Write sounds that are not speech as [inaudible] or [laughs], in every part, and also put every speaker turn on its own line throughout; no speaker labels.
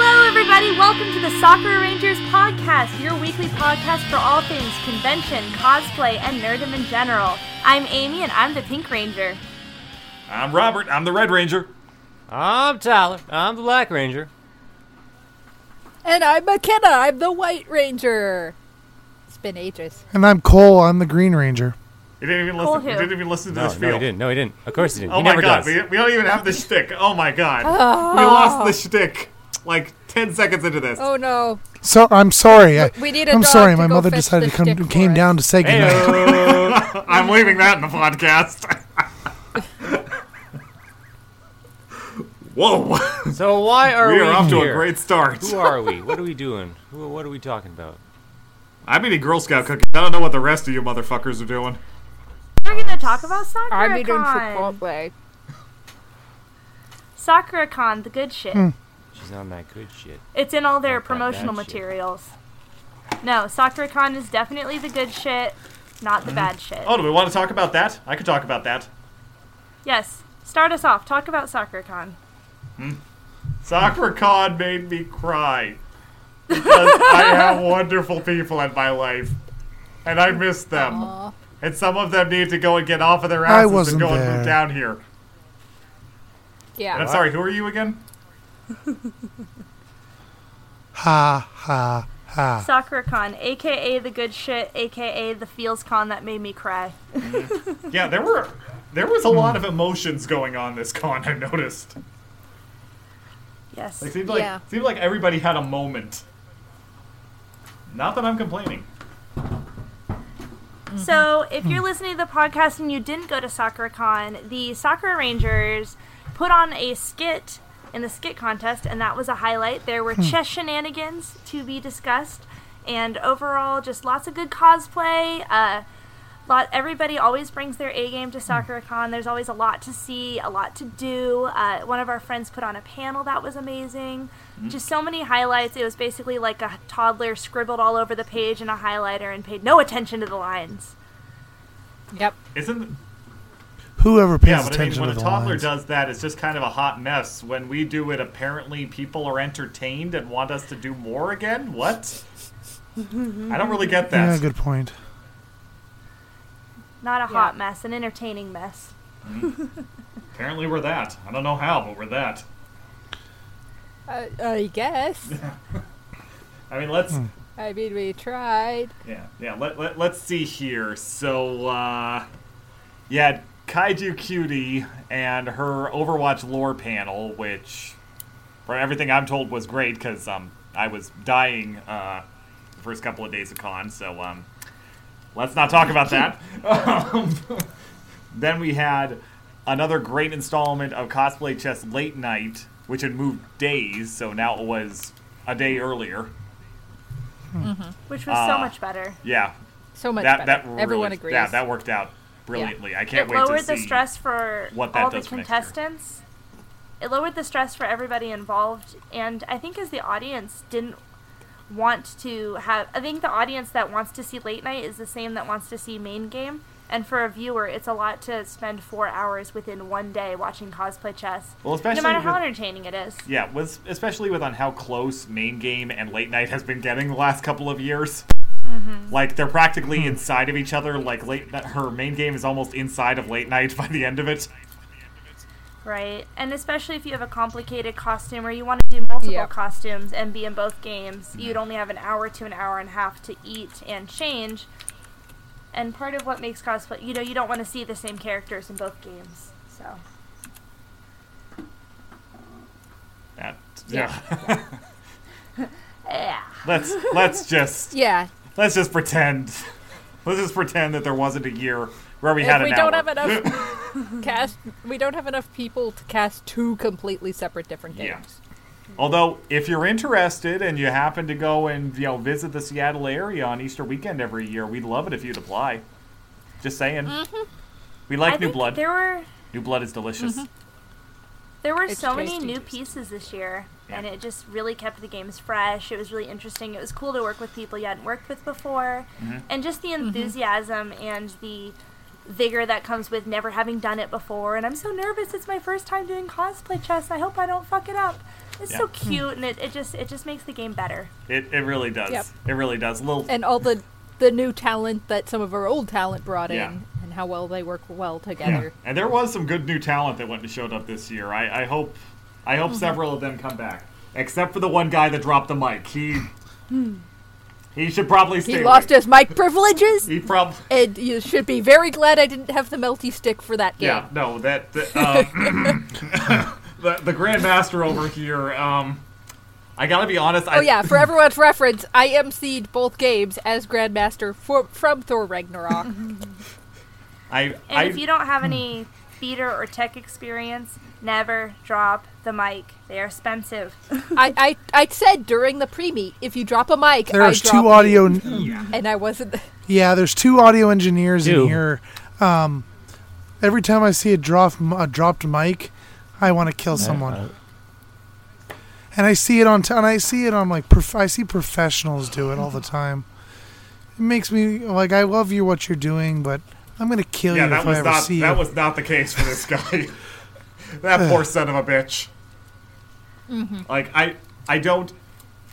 everybody. Welcome to the Soccer Rangers podcast, your weekly podcast for all things convention, cosplay, and nerddom in general. I'm Amy, and I'm the Pink Ranger.
I'm Robert. I'm the Red Ranger.
I'm Tyler. I'm the Black Ranger.
And I'm McKenna. I'm the White Ranger. It's been ages.
And I'm Cole. I'm the Green Ranger.
You didn't even
Cool
listen. You
who?
didn't even listen to
No,
this
no,
field.
he didn't. No, he didn't. Of course he didn't.
Oh
he
my
never
god,
does.
we, we don't even have the shtick. Oh my
[laughs]
god, we lost the shtick like ten seconds into this.
Oh no.
So I'm sorry. I,
We need a
I'm
dog
sorry.
to
My
go
mother
fetch
decided
the
to come
stick for
came
us.
down to say
uh,
goodnight.
I'm leaving that in the podcast. [laughs] Whoa,
[laughs] So why are
[laughs] we
we
are off to a
here?
great start.
Who are we? What are we doing? Who, what are we talking about?
I'm eating Girl Scout cookies. I don't know what the rest of you motherfuckers are doing.
We're going to talk about SoccerCon.
I'm eating Chipotle.
SoccerCon, the good shit.
She's on that good shit.
It's in all their
Not that bad
promotional
shit.
materials. No, SoccerCon is definitely the good shit, not
Hmm.
the bad shit.
Oh, do we want to talk about that? I could talk about that.
Yes, start us off. Talk about SoccerCon.
Soccer con made me cry because I have wonderful people in my life, and I miss them. And some of them need to go and get off of their
I
asses
wasn't
and go and
there.
move down here. And
Yeah.
I'm sorry, who are you again?
ha ha
Ah.
ha.
SoccerCon, aka the good shit, aka the feels con that made me cry.
Yeah, there were there was a
Hmm.
lot of emotions going on this con. I noticed.
Yes.
It seemed like
Yeah.
seemed like everybody had a moment. Not that I'm complaining.
So, if you're listening to the podcast and you didn't go to SoccerCon, the Soccer Rangers put on a skit in the skit contest, and that was a highlight. There were chess shenanigans to be discussed, and overall, just lots of good cosplay. Uh, lot, everybody always brings their A game to SoccerCon. There's always a lot to see, a lot to do. Uh, one of our friends put on a panel that was amazing. Just so many highlights. It was basically like a toddler scribbled all over the page in a highlighter and paid no attention to the lines.
Yep.
Isn't
Whoever pays
yeah? But I mean,
attention
when a
to the
toddler
lines.
does that, it's just kind of a hot mess. When we do it, apparently people are entertained and want us to do more again. What? I don't really get that.
yeah, good point.
Not a
Yeah.
hot mess, an entertaining mess.
Apparently we're that. I don't know how, but we're that.
I, I
[laughs]
guess.
I mean,
Hmm.
let's
I mean, we tried.
Yeah, yeah. Let, let, let's see here. So, uh, yeah, Kaiju Cutie and her Overwatch lore panel, which, for everything I'm told, was great because um, I was dying uh, the first couple of days of con. So, um, let's not talk about that. [laughs] um, then we had another great installment of Cosplay Chess Late Night, which had moved days, so now it was a day earlier.
Which was
Ah,
so much better.
Yeah,
So much
that that
better.
really,
Everyone agrees.
Yeah, that worked out brilliantly. I can't
It
wait to
lowered
see.
the stress for
what that
all the
does for next year.
contestants. It lowered the stress for everybody involved, and I think as the audience didn't want to have. I think the audience that wants to see late night is the same that wants to see main game. And for a viewer, it's a lot to spend four hours within one day watching cosplay chess.
Well,
no
especially
matter how
with-
entertaining it is.
Yeah, was especially with on how close main game and late night has been getting the last couple of years.
Mm-hmm.
Like they're practically inside of each other. Like late, her main game is almost inside of late night [laughs] by the end of it.
Right. And especially if you have a complicated costume or you want to do multiple
Yep.
costumes and be in both games, you'd only have an hour to an hour and a half to eat and change. And part of what makes cosplay, you know, you don't want to see the same characters in both games. So,
That, yeah, [laughs]
yeah.
let's let's just
Yeah.
let's just pretend. [laughs] Let's just pretend that there wasn't a year where we had
If
an
we don't
hour.
have enough cast, we don't have enough people to cast two completely separate different games.
Yeah. Although, if you're interested and you happen to go and you know visit the Seattle area on Easter weekend every year, we'd love it if you'd apply. Just saying, we like
I
new
think
blood.
there were
New blood is delicious.
there were
It's
so many
tasty,
new
tasty.
pieces this year, and
Yeah.
it just really kept the games fresh. It was really interesting. It was cool to work with people you hadn't worked with before,
Mm-hmm.
and just the enthusiasm and the vigor that comes with never having done it before. And I'm so nervous. It's my first time doing cosplay chess. I hope I don't fuck it up. It's
Yeah. Hmm.
so cute, and it, it just it just makes the game better.
It, it really does.
Yep.
It really does. Little
and all the the new talent that some of our old talent brought
Yeah.
in, and how well they work well together.
And there was some good new talent that went and showed up this year. I, I hope I hope several of them come back. Except for the one guy that dropped the mic. He He should probably stay.
He lost his mic privileges,
He probably
and you should be very glad I didn't have the melty stick for that game.
Yeah, no, that the, um, [laughs] the the Grand Master over here, um I gotta be honest, I
Oh yeah, for everyone's reference, I emceed both games as Grandmaster for, from Thor Ragnarok. [laughs]
I
And
I Hmm.
if you don't have any theater or tech experience, never drop the mic. They are expensive.
I, I I said during the pre-meet, if you drop a mic, I
There's
drop
two
you.
audio.
and I wasn't.
Yeah, there's two audio engineers
Two.
in here. Um, every time I see a drop a dropped mic, I want to kill someone. and I see it on t- and I see it on like prof- I see professionals do it all the time. It makes me like I love you what you're doing, but I'm gonna kill
yeah,
you
that
if I
was
ever
not
see
that
you.
was not the case for this guy. [laughs] that poor son of a bitch. Like I I don't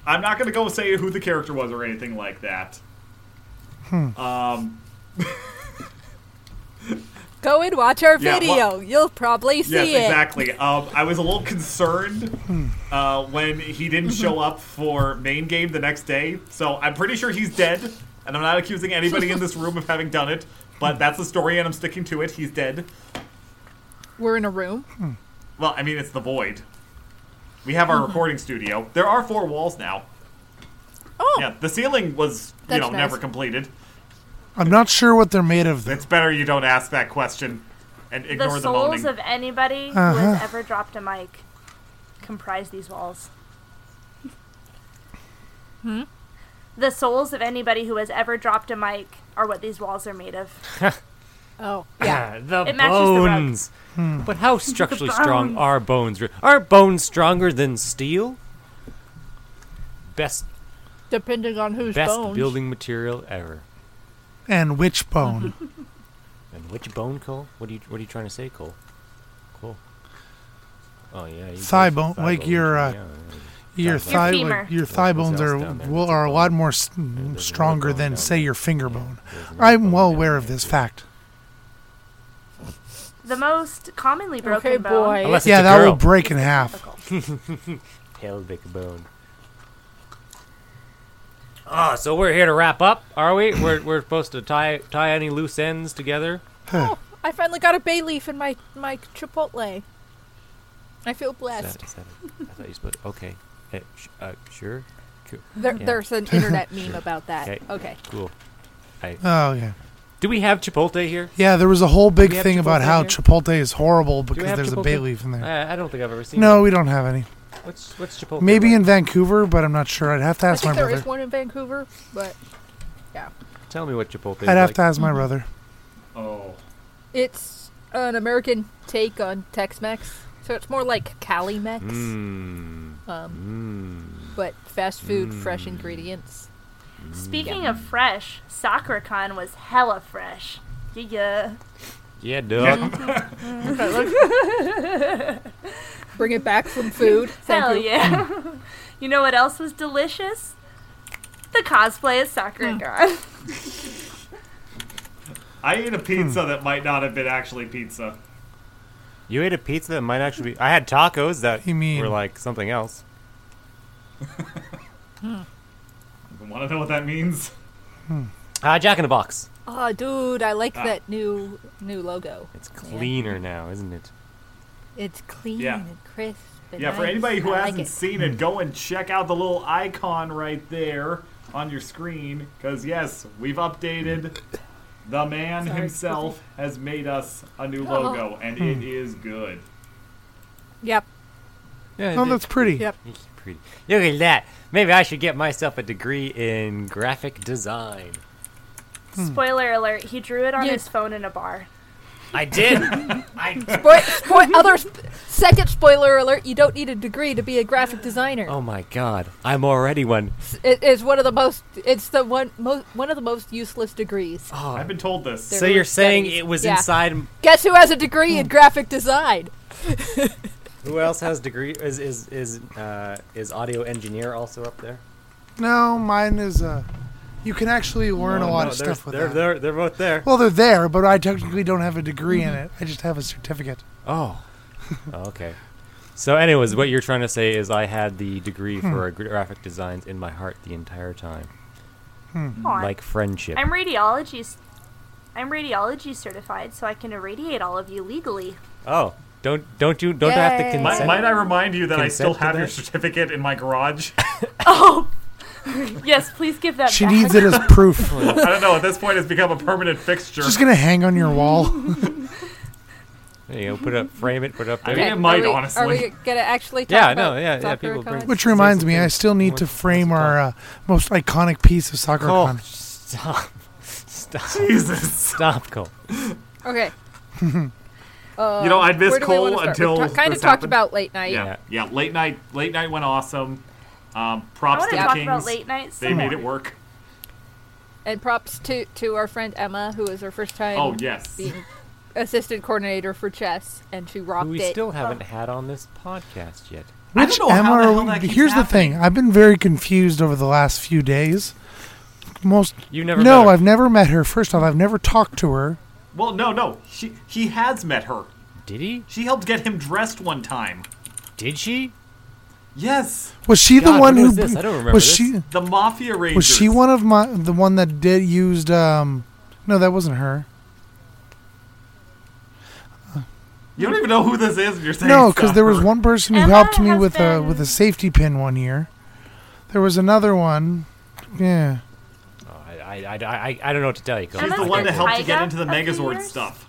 I'm not gonna go say who the character was or anything like that. Um
Go and watch our
Yeah,
video.
well-
You'll probably see
yes,
it.
exactly. Um I was a little concerned uh when he didn't
Mm-hmm.
show up for main game the next day, so I'm pretty sure he's dead, and I'm not accusing anybody in this room of having done it,
[laughs]
but that's the story and I'm sticking to it. He's dead.
We're in a room.
Well, I mean, it's the void. We have
Mm-hmm.
our recording studio. There are four walls now.
Oh,
Yeah, the ceiling was, you
That's
know,
nice.
never completed.
I'm not sure what they're made of. though.
It's better you don't ask that question and
The
ignore the,
souls
moaning.
of anybody who
Uh-huh.
has ever dropped a mic comprise these walls. hmm? The souls of anybody who has ever dropped a mic are what these walls are made of.
oh,
[clears throat]
yeah.
Ah,
the
It matches the rug.
bones.
Hmm.
But how structurally strong
bones.
are bones? Re- Are bones stronger than steel? Best
Depending on whose
best
bones.
building material ever.
And
[laughs]
which bone?
And which bone, Cole? What are you What are you trying to say, Cole? Cole. Oh yeah, you
Thigh
go for
bone- like your, uh, your
Down
Your
thigh, like,
femur.
your thigh
Those
bones are
down there,
will,
that's a
are a lot
bone.
more s-
there's another
stronger
bone
than
down
say
there.
your finger bone.
There's another
I'm
bone
well
down
aware
there,
of this
too.
fact.
The most commonly broken
Okay,
bone
boy.
Unless
Yeah,
it's a
that
girl.
will break in half.
pelvic bone. Ah, so we're here to wrap up, are we? We're, we're supposed to tie tie any loose ends together.
Huh.
Oh, I finally got a bay leaf in my my chipotle. I feel
Is
blessed.
that, is that I thought you supposed. Okay. Eh, sh- uh, sure. Cool.
There,
yeah.
There's an
[laughs]
internet meme about that.
Okay.
okay.
Cool.
Oh yeah,
Do we have Chipotle here?
yeah. There was a whole big
we have
thing about
Chipotle
how
here?
Chipotle is horrible because
have
there's a
Chipotle?
bay leaf in there.
I, I don't think I've ever seen.
No,
It.
we don't have any.
What's What's Chipotle?
Maybe
like?
in Vancouver, but I'm not sure. I'd have to
I
ask my
think there
brother.
is one in Vancouver, but
Tell me what Chipotle. is
I'd
like.
have
mm-hmm.
to ask my brother.
oh.
it's an American take on Tex-Mex, so it's more like Cali-Mex,
Mm.
Mmm.
um,
Mmm.
but fast food,
Mm.
fresh ingredients.
Speaking of fresh, SoccerCon was hella fresh. Yeah.
Yeah, dog.
Bring it back
[laughs]
from food. Thank
Hell
you.
yeah. [laughs] you know what else was delicious? The cosplay of SoccerCon.
I ate a pizza
Hmm.
that might not have been actually pizza.
You ate a pizza that might actually be. I had tacos that
You mean-
were like something else.
Want to know what that means?
Ah, Jack in the Box.
Oh, dude, I like
Ah.
that new new logo.
It's cleaner now, isn't it?
It's clean
Yeah.
and crisp. and
Yeah, for
nice.
anybody who
I like
hasn't
it.
seen it, go and check out the little icon right there on your screen. Because, yes, we've updated. The man
Sorry, Oh.
himself has made us a new logo, and it is good.
Yep.
Yeah,
Oh, that's pretty.
Yep.
It's pretty. Look at that. Maybe I should get myself a degree in graphic design.
[laughs]
Hmm.
Spoiler alert, he drew it on
Yeah.
his phone in a bar.
I did. [laughs] I.
Spoil, spoil,
[laughs]
other sp- second spoiler alert: you don't need a degree to be a graphic designer.
Oh my god. I'm already one.
It is one of the most. It's the one most one of the most useless degrees.
Oh,
I've been told this.
There
so you're
were
saying
studies.
it was
Yeah.
Hmm.
inside. m-
Guess who has a degree in graphic design?
Who else has degree? Is is is uh, is audio engineer also up there?
No, mine is uh You can actually learn
No,
a lot
no,
of
they're-
stuff with
they're,
that.
They're they're both there.
Well, they're there, but I technically don't have a degree in it. I just have a certificate.
Oh. [laughs] Oh, okay. So, anyways, what you're trying to say is I had the degree
Hmm.
for graphic designs in my heart the entire time,
Hmm.
Come on.
like friendship.
I'm radiology. s- I'm radiology certified, so I can irradiate all of you legally. [laughs]
oh, don't don't you don't I have to
Yay.
Mi-
consent?
might I remind you that I
Consent
still
to
have your
that?
certificate in my garage? [laughs]
Oh, [laughs] yes, please give that
She
back.
needs it as proof.
I don't know. At this point, it's become a permanent fixture.
Just gonna hang on your wall. [laughs]
There you go, put it up, frame it, put it up
I
there.
mean,
Okay,
it might,
are we,
honestly.
Are we gonna actually? Talk
Yeah,
about
no, yeah, yeah,
soccer
people bring-
comments?
Which reminds me, I still need to frame our uh, most iconic piece of soccer.
Oh,
Cole,
con.
stop, stop,
[laughs] Jesus.
stop, Cole. [laughs]
Okay. Uh,
You know, I'd miss
where do we wanna
Cole
start?
until
we kind of
this
talked
happened.
about late night.
Yeah, yeah. Late night, late night went awesome. Um,
I
props
want
to
to
the
talk
Kings.
about late night. some
they made
more.
it work.
And props to to our friend Emma, who was her first time
Oh yes.
being assistant coordinator for chess, and she rocked
Who we
it.
still haven't had on this podcast yet.
I
Which
don't know how
Emma
the
are
hell
we-
that keeps
Here's
happening.
the thing. I've been very confused over the last few days. Most
You've never
no,
met her.
I've never met her. First off, I've never talked to her.
Well, no, no. She he has met her.
Did he?
She helped get him dressed one time.
Did she?
Yes,
Was she
God,
the one
when
who
was this? I don't remember
was
this.
she
the Mafia Rangers.
was she one of my the one that did used um no that wasn't her
You don't even know who this is. And you're saying
no
because
because there was one person who
Emma
helped me
has
with a
been-
with a safety pin one year there was another one yeah
Oh, I, I, I, I, I don't know what to tell you, Cole.
She's
Emma's
the one
been
that helped you
Tyga
get into the
a few
Megazord
years?
stuff.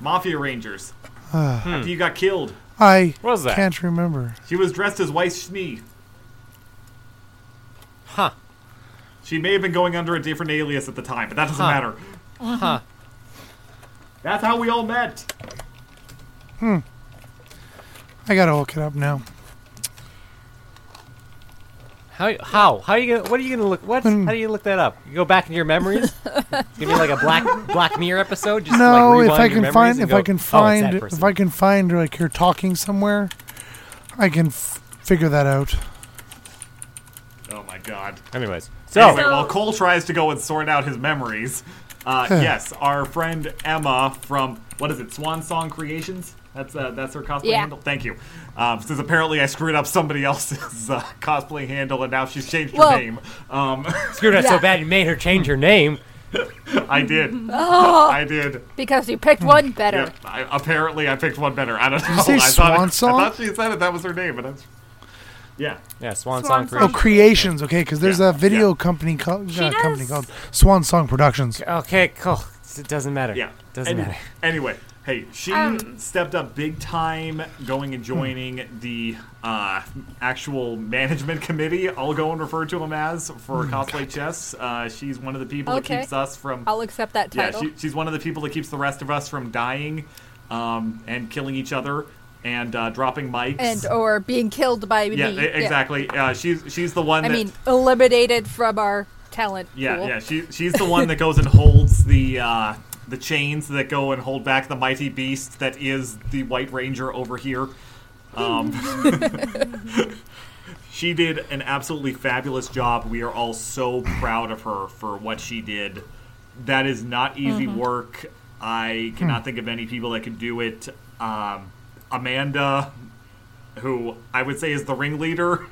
Mafia
[sighs]
Rangers. After you got killed,
I
What was that?
can't remember
she was dressed as Weiss Schnee.
Huh?
She may have been going under a different alias at the time, but that doesn't matter.
Huh?
That's how we all met.
I gotta look it up now
How how how you gonna what are you gonna look what
Hmm.
how do you look that up? You go back into your memories. it's gonna be like a black Black Mirror episode. Just
no
like
if I
rewind your
can
memories
find
and
if
go,
I can
oh, it's
find
that
if
person."
I can find like her talking somewhere I can f- figure that out
Oh my god.
Anyways, so
Anyway,
So-
while Cole tries to go and sort out his memories, uh, yes, our friend Emma from what is it, Swan Song Creations? That's uh, that's her cosplay
Yeah.
handle. Thank you. Um, since apparently I screwed up somebody else's uh, cosplay handle, and now she's changed her
Well-
name. Um, [laughs]
screwed up so
Yeah.
bad you made her change her name.
I
[laughs]
did.
Oh.
I did.
Because you
[laughs]
picked one better.
Yep. I, apparently, I picked one better. I don't know.
say
I, thought
Swan Song?
I thought she said it. That was her name, but that's yeah.
Yeah, Swan,
Swan
Song
Song.
oh
Creation.
creations okay because there's
Yeah,
a video
yeah.
company called
She
uh, company
does-
called Swan Song Productions
Okay, cool. It doesn't matter.
Yeah.
doesn't
Any-
matter.
Anyway, hey, she
Um,
stepped up big time going
Hmm.
and joining the uh, actual management committee. I'll go and refer to them as for
Hmm,
cosplay chess. Uh, she's one of the people
Okay.
that keeps us from.
I'll accept that
yeah,
title.
she, she's one of the people that keeps the rest of us from dying um, and killing each other and uh, dropping mics.
and or being killed by
yeah,
me.
e- exactly. Uh, she's she's the one.
I
that,
mean, eliminated from our talent
Yeah,
pool.
yeah. She she's the one that goes and holds the uh, the chains that go and hold back the mighty beast that is the White Ranger over here. Um, [laughs] she did an absolutely fabulous job. We are all so proud of her for what she did. That is not easy work. I cannot think of any people that could do it. Um, Amanda, who I would say is the ringleader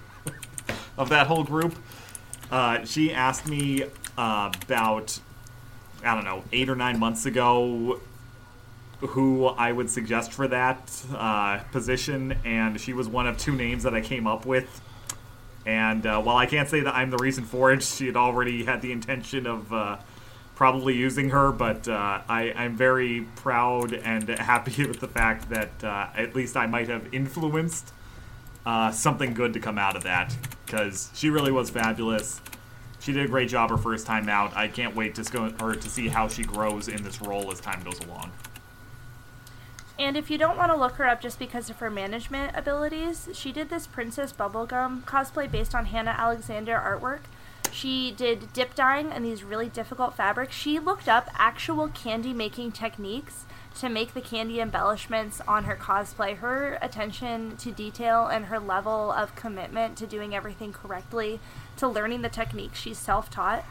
[laughs] of that whole group. Uh, she asked me uh, about, I don't know, eight or nine months ago, who I would suggest for that uh, position, and she was one of two names that I came up with. And uh, while I can't say that I'm the reason for it, she had already had the intention of uh, probably using her, but uh, I, I'm very proud and happy [laughs] with the fact that uh, at least I might have influenced uh, something good to come out of that because she really was fabulous. She did a great job her first time out. I can't wait to go or to see how she grows in this role as time goes along.
And if you don't want to look her up just because of her management abilities, she did this Princess Bubblegum cosplay based on Hannah Alexander artwork. She did dip dyeing and these really difficult fabrics. She looked up actual candy making techniques to make the candy embellishments on her cosplay. Her attention to detail and her level of commitment to doing everything correctly, to learning the techniques she's self taught,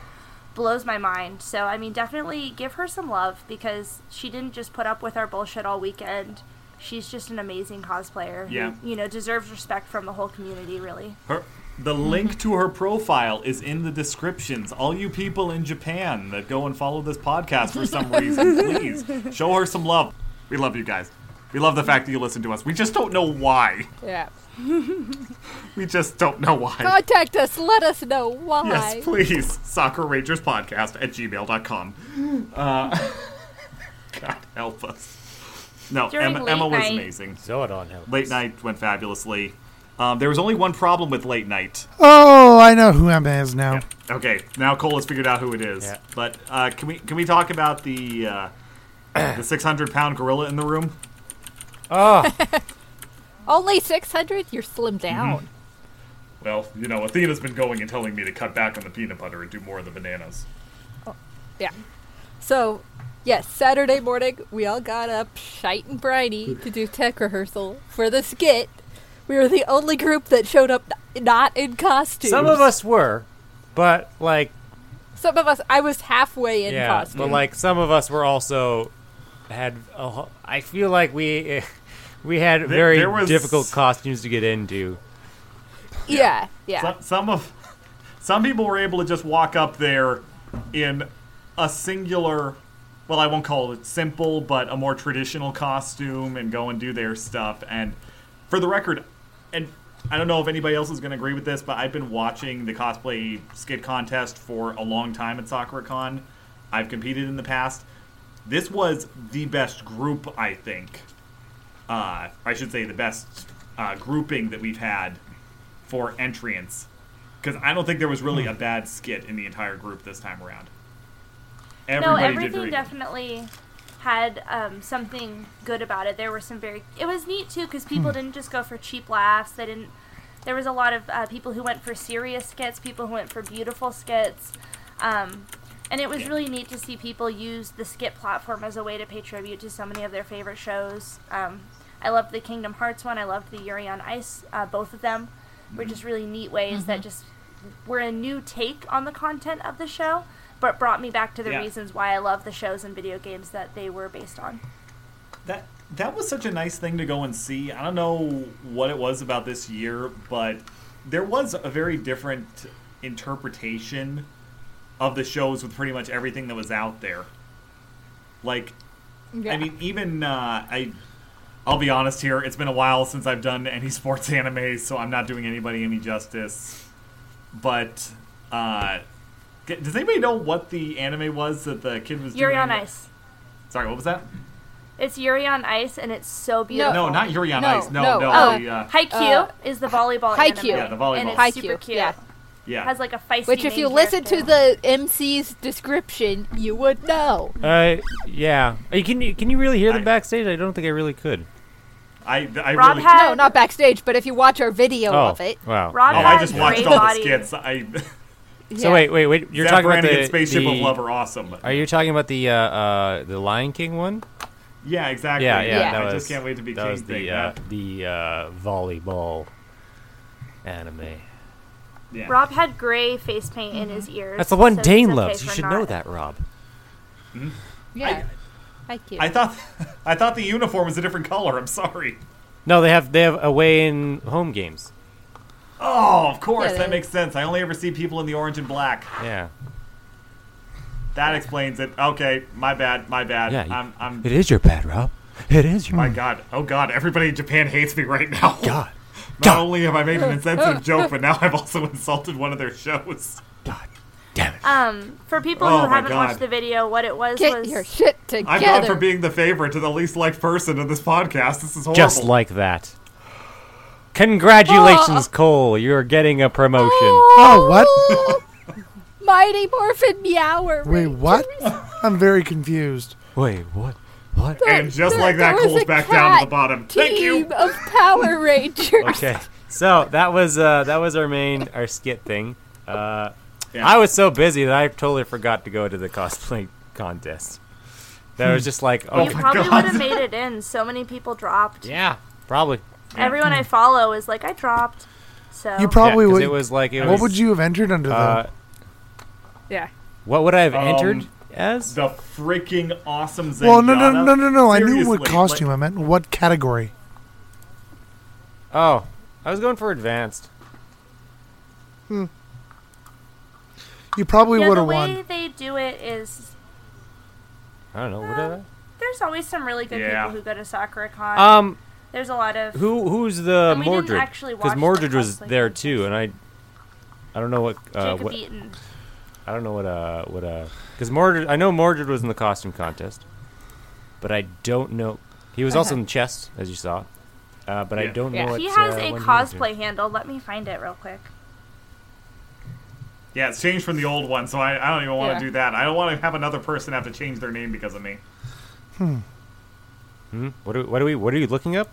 blows my mind. So, I mean, definitely give her some love because she didn't just put up with our bullshit all weekend. She's just an amazing cosplayer.
Yeah.
Who, you know, deserves respect from the whole community, really.
Her, the link to her profile is in the descriptions. All you people in Japan that go and follow this podcast for some reason, please show her some love. We love you guys. We love the fact that you listen to us. We just don't know why.
Yeah.
We just don't know why.
Contact us. Let us know why.
Yes, please. Soccer Rangers Podcast at
[laughs]
gmail.com. Uh, God help us. No,
During
Emma,
late
Emma was
night.
amazing.
Zodon helps.
Late night went fabulously. Um, there was only one problem with late night.
Oh, I know who Emma is now.
Okay, now Cole has figured out who it is.
Yeah.
But uh, can we can we talk about the uh, the six hundred pound gorilla in the room?
Only 600? You're slim down.
Well, you know, Athena's been going and telling me to cut back on the peanut butter and do more of the bananas.
Yeah. So, yes, Saturday morning, we all got up shite and briny to do tech rehearsal for the skit. We were the only group that showed up n- not in costume.
Some of us were, but like
Some of us. I was halfway in
yeah,
costume.
but like some of us were also had. A, ho- I feel like we [laughs] we had very
there was-
difficult costumes to get into.
yeah, yeah.
Some, some of some people were able to just walk up there in a singular, well, I won't call it simple, but a more traditional costume and go and do their stuff. And for the record, and I don't know if anybody else is going to agree with this, but I've been watching the cosplay skit contest for a long time at SoccerCon. I've competed in the past. This was the best group, I think. Uh, I should say the best uh, grouping that we've had for entrance because I don't think there was really a bad skit in the entire group this time around. Everybody
no,
did
everything
very good.
definitely had um, something good about it. There were some very. It was neat too because people
Hmm.
didn't just go for cheap laughs. They didn't. There was a lot of uh, people who went for serious skits, people who went for beautiful skits, um, and it was really neat to see people use the skit platform as a way to pay tribute to so many of their favorite shows. Um, I loved the Kingdom Hearts one. I loved the Yuri on Ice. Uh, both of them
Mm-hmm.
were just really neat ways
Mm-hmm.
that just were a new take on the content of the show, but brought me back to the
Yeah.
reasons why I love the shows and video games that they were based on.
That that was such a nice thing to go and see. I don't know what it was about this year, but there was a very different interpretation of the shows with pretty much everything that was out there. Like
yeah.
I mean, even uh, I, I'll be honest here. It's been a while since I've done any [laughs] sports anime, so I'm not doing anybody any justice. But uh, g- does anybody know what the anime was that the kid was
Yuri
doing?
on Ice.
Sorry, what was that?
It's Yuri on Ice, and it's so beautiful.
No, not Yuri on
No,
Ice. No, no.
no,
Oh,
the, uh,
Haikyuu
uh,
is the volleyball.
Haikyuu.
anime,
Yeah,
the volleyball.
And it's
Haikyuu,
super cute.
yeah.
yeah.
Has like a feisty.
Which, if
main
you listen to
character.
the MC's description, you would know.
Uh, yeah. Uh, Can you can you really hear them
I-
backstage? I don't think I really could.
I, I
Rob
really.
had-
No, not backstage, but if you watch our video
Oh,
of it.
wow.
oh,
Rob
I
had
just
great
watched all
body.
the skits. I.
So
Yeah.
wait, wait, wait.
[laughs]
You're
Zach
talking about
Brannigan,
the
Spaceship
the,
of Love are awesome.
Are you talking about the uh, uh, the Lion King one?
Yeah, exactly.
Yeah, yeah.
Yeah.
That
I
was,
just can't wait to be
that
king.
was
thing,
the
yeah.
uh, the uh, volleyball anime.
yeah.
Rob had gray face paint in his ears.
Mm-hmm. That's the one
so it's
Dane
okay
loves. You
for
should
not-
know that, Rob.
Yeah. Haikyuu.
I thought, [laughs] I thought the uniform was a different color. I'm sorry.
No, they have they have away and home games.
Oh, of course,
Yeah, they-
that makes sense. I only ever see people in the orange and black.
Yeah,
That explains it. Okay, my bad, my bad.
yeah. you-
I'm, I'm.
It is your bad, Rob. It is your
My God, oh God, everybody in Japan hates me right now.
God.
Not only have I made an insensitive joke, but now I've also [laughs] insulted one of their shows.
God damn it.
Um, for people
Oh
who
my
haven't
God.
watched the video, what it was
Get
was
[laughs]
your shit together.
I've gone from being the favorite to the least liked person in this podcast. This is horrible.
Just like that. Congratulations, Cole. You're getting a promotion.
Oh, what?
[laughs] Mighty Morphin Meower.
Wait,
Rangers.
what? I'm very confused.
Wait, what? What?
and just
There-
like that,
there was
Cole's
a
back down to the
cat
bottom.
Team
Thank you. [laughs]
of Power Rangers.
Okay. So that was uh, that was our main our skit thing. Uh,
Yeah.
I was so busy that I totally forgot to go to the cosplay contest. That was just like,
Oh
you
okay,
my
probably
God.
would have made it in. So many people dropped.
yeah, Mm-hmm. probably.
Everyone I follow is like, I dropped. So
You
Yeah,
probably
'cause
would.
It was like it
what
was,
would you have entered under
Uh,
the?
Yeah.
what would I have
Um,
entered as?
The freaking awesome Zengana.
Well, no, no, no, no, no. I knew
Seriously,
what
like-
costume. I meant what category.
Oh, I was going for advanced.
You probably
yeah,
would
the
have
way
won.
they do it is
I don't know. Would I?
there's always some really good
Yeah.
people who go to SakuraCon.
Um,
there's a lot of
who who's the
And we didn't
Mordred?
actually watch the
Mordred was
cosplay
there too, and I, I don't know what, uh,
Jacob E.
what
Eaton.
I don't know what uh what uh because Mordred I know Mordred was in the costume contest, but I don't know he was also in the chest as you saw, uh, but I
Yeah.
don't
Yeah.
know. What,
He has
uh,
a
one he was doing.
cosplay handle. Let me find it real quick.
Yeah, it's changed from the old one, so I, I don't even want
Yeah.
to do that. I don't want to have another person have to change their name because of me.
Hmm? What are, what are we what are you looking up?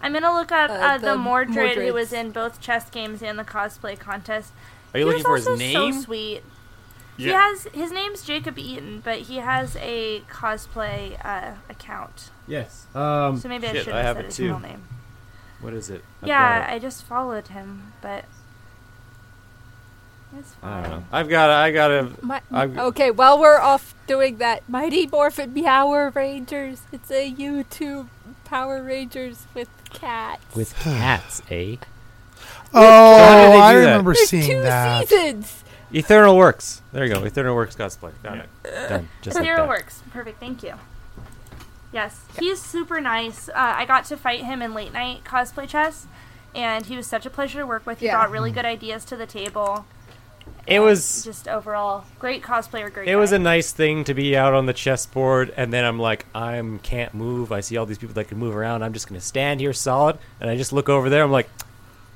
I'm gonna look at uh,
Uh,
the,
the
Mordred who
Mordreds.
was in both chess games and the cosplay contest.
Are you
he
looking for
was
his
also
name?
So sweet. He
Yeah.
has his name's Jacob Eaton, but he has a cosplay uh, account.
Yes. Um.
So maybe I
shit,
should
have
have said
it
his
too.
real name.
What is it? I've
yeah,
got it.
I just followed him, but it's
I,
fine.
don't know. I've got I got a.
My,
I've-
okay, while we're off doing that, Mighty Morphin Power Rangers. It's a YouTube Power Rangers with cats.
With cats, eh? did they
Oh,
do
I
that?
remember
There's
seeing
two
that.
seasons.
Eternal Works. There you go. Eternal Works cosplay. Got it. Done. Just like
Zero
that.
works. Perfect. Thank you. Yes, he's super nice. Uh, I got to fight him in late night cosplay chess, and he was such a pleasure to work with. He
Yeah.
brought really good ideas to the table.
It was
just overall great cosplayer. Great.
It was
guy.
a nice thing to be out on the chessboard, and then I'm like, I am can't move. I see all these people that can move around. I'm just gonna stand here solid, and I just look over there. I'm like,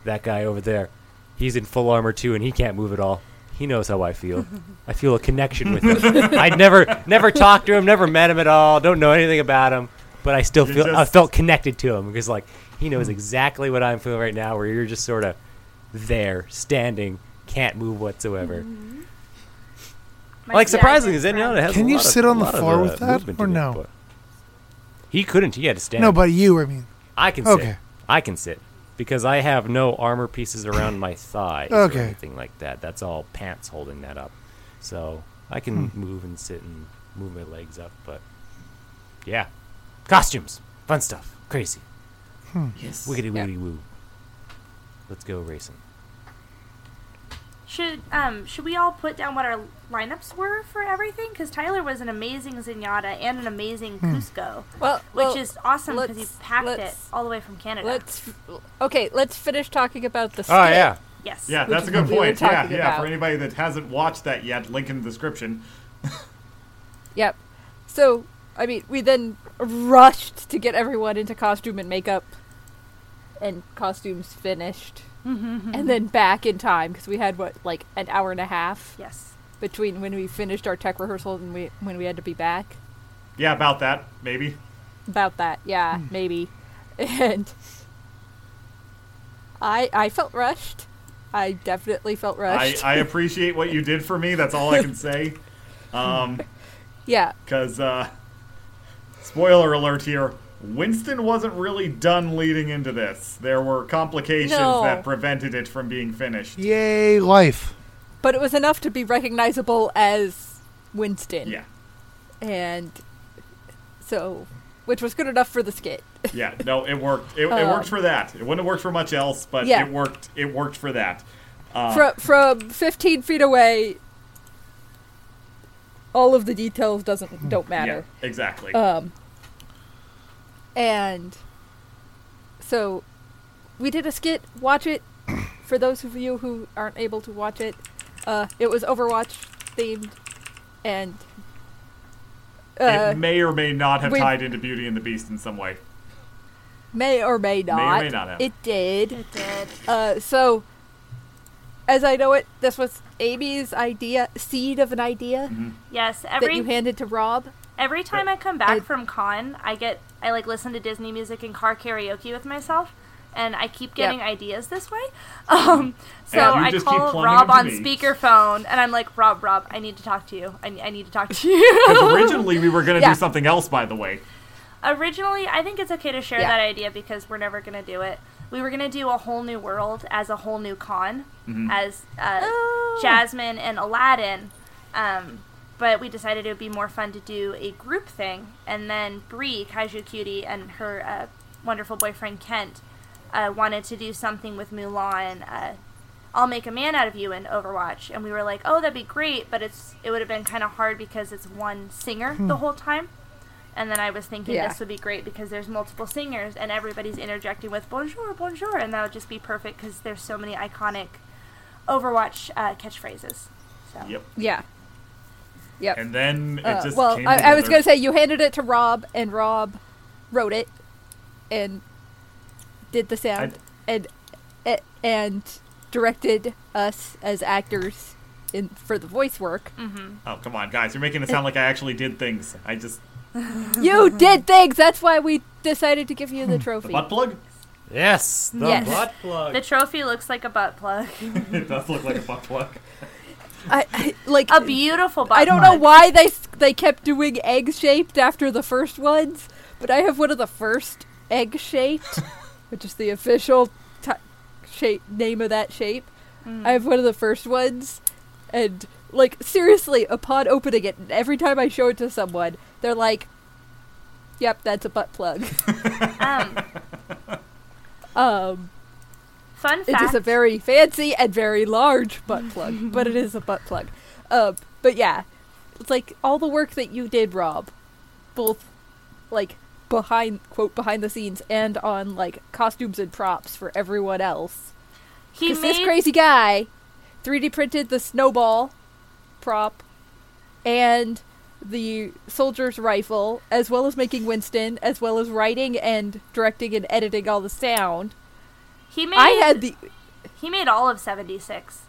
that guy over there, he's in full armor too, and he can't move at all. He knows how I feel. I feel a connection with him. I never, never talked to him, never met him at all. Don't know anything about him, but I still
You
feel I
just-
felt connected to him because like he knows exactly what I'm feeling right now. Where you're just sort of there, standing, can't move whatsoever.
My
Like
dad
surprisingly,
is
Zenyatta
friends.
has.
Can
a
you
lot of-
sit on the
lot of,
floor
uh,
with that,
movement
or
in it,
no?
but he couldn't. He had to stand.
No, but you. I mean,
I can
Okay.
sit. I can sit because I have no armor pieces around
[coughs]
my thighs
Okay.
or anything like that. That's all pants holding that up. So I can
Hmm.
move and sit and move my legs up. But yeah, costumes, fun stuff, crazy,
Yes.
wiggity
Yeah.
wiggity woo. Let's go racing.
Should um should we all put down what our lineups were for everything? Because Tyler was an amazing Zenyatta and an amazing Cusco,
Well,
which
well,
is awesome because he
let's-
packed it
let's-
all the way from Canada.
Let's okay. Let's finish talking about the.
Oh
skit.
yeah,
yes.
Yeah,
Which
that's a
is
good
what we were
point. Yeah,
talking
yeah.
about.
For anybody that hasn't watched that yet, link in the description.
Yep. So I mean, we then rushed to get everyone into costume and makeup, and costumes finished, and then back in time because we had what like an hour and a half
Yes.
between when we finished our tech rehearsal and we when we had to be back.
Yeah, about that, maybe.
about that. Yeah, maybe. [laughs] And I I felt rushed. I definitely felt
I,
rushed.
I appreciate what you did for me. That's all I can
[laughs]
say. Um,
yeah.
because uh, spoiler alert here. Winston wasn't really done leading into this. There were complications
No.
that prevented it from being finished.
yay, life.
But it was enough to be recognizable as Winston.
Yeah.
And so which was good enough for the skit.
Yeah, no, it worked. It, it
Um,
worked for that. It wouldn't have worked for much else, but
Yeah.
it worked. It worked for that. Uh,
from from 15 feet away all of the details doesn't don't
Hmm. yeah,
matter.
exactly.
Um, and so we did a skit.
[coughs]
Watch it for those of you who aren't able to watch it. Uh, it was Overwatch themed, and uh,
it may or may not have
we-
tied into Beauty and the Beast in some way.
may or may not.
not have.
It did.
It did.
Uh, so, as I know it, this was Amy's idea, seed of an idea
Yes.
that
Every
you handed to Rob.
Every time I come back
It-
from con, I get I like listen to Disney music and car karaoke with myself, and I keep
Yep.
getting ideas this way. [laughs] Um, so
And you
I
just keep
call
plumbing
Rob
them
on
to me.
speakerphone, and I'm like, Rob, Rob, I need to talk to you. I, I need to talk to
[laughs]
you.
Because originally we were going to
Yeah.
do something else, by the way.
Originally, I think it's okay to share
Yeah.
that idea because we're never going to do it. We were going to do a whole new world as a whole new con, as uh,
Oh.
Jasmine and Aladdin. Um, but we decided it would be more fun to do a group thing. And then Bree, Kaiju Cutie, and her uh, wonderful boyfriend Kent uh, wanted to do something with Mulan. Uh, I'll make a man out of you in Overwatch, and we were like, "Oh, that'd be great," but it's it would have been kind of hard because it's one singer the whole time. And then I was thinking
Hmm. Yeah.
this would be great because there's multiple singers and everybody's interjecting with "Bonjour, bonjour," and that would just be perfect because there's so many iconic Overwatch uh, catchphrases. So.
Yep.
Yeah. Yep.
And then it
Uh,
just
well,
came
I, I was
together.
going to say you handed it to Rob, and Rob wrote it and did the sound and and and directed us as actors in for the voice work.
Oh, come on, guys. You're making
[laughs]
it sound like I actually did things. I just.
you did things. That's why we decided to give you the
[laughs] The
trophy.
butt plug?
Yes, the
Yes.
butt plug.
The trophy looks like a butt
[laughs]
plug,
it does look like a butt plug.
I, I like
a beautiful butt.
I don't know
plug.
why they s- they kept doing egg shaped after the first ones, but I have one of the first egg shaped, which is the official t- shape name of that shape.
Hmm.
I have one of the first ones, and like seriously, upon opening it, every time I show it to someone, they're like, "Yep, that's a butt plug." [laughs]
Um,
um,
fun
it
fact:
is a very fancy and very large butt plug, but it is a butt plug. Uh, but yeah, it's like all the work that you did, Rob, both like behind quote behind the scenes and on like costumes and props for everyone else.
he
Because
made
this crazy guy 3D printed the snowball prop and the soldier's rifle, as well as making Winston, as well as writing and directing and editing all the sound.
he made
I had the
he made all of seventy six,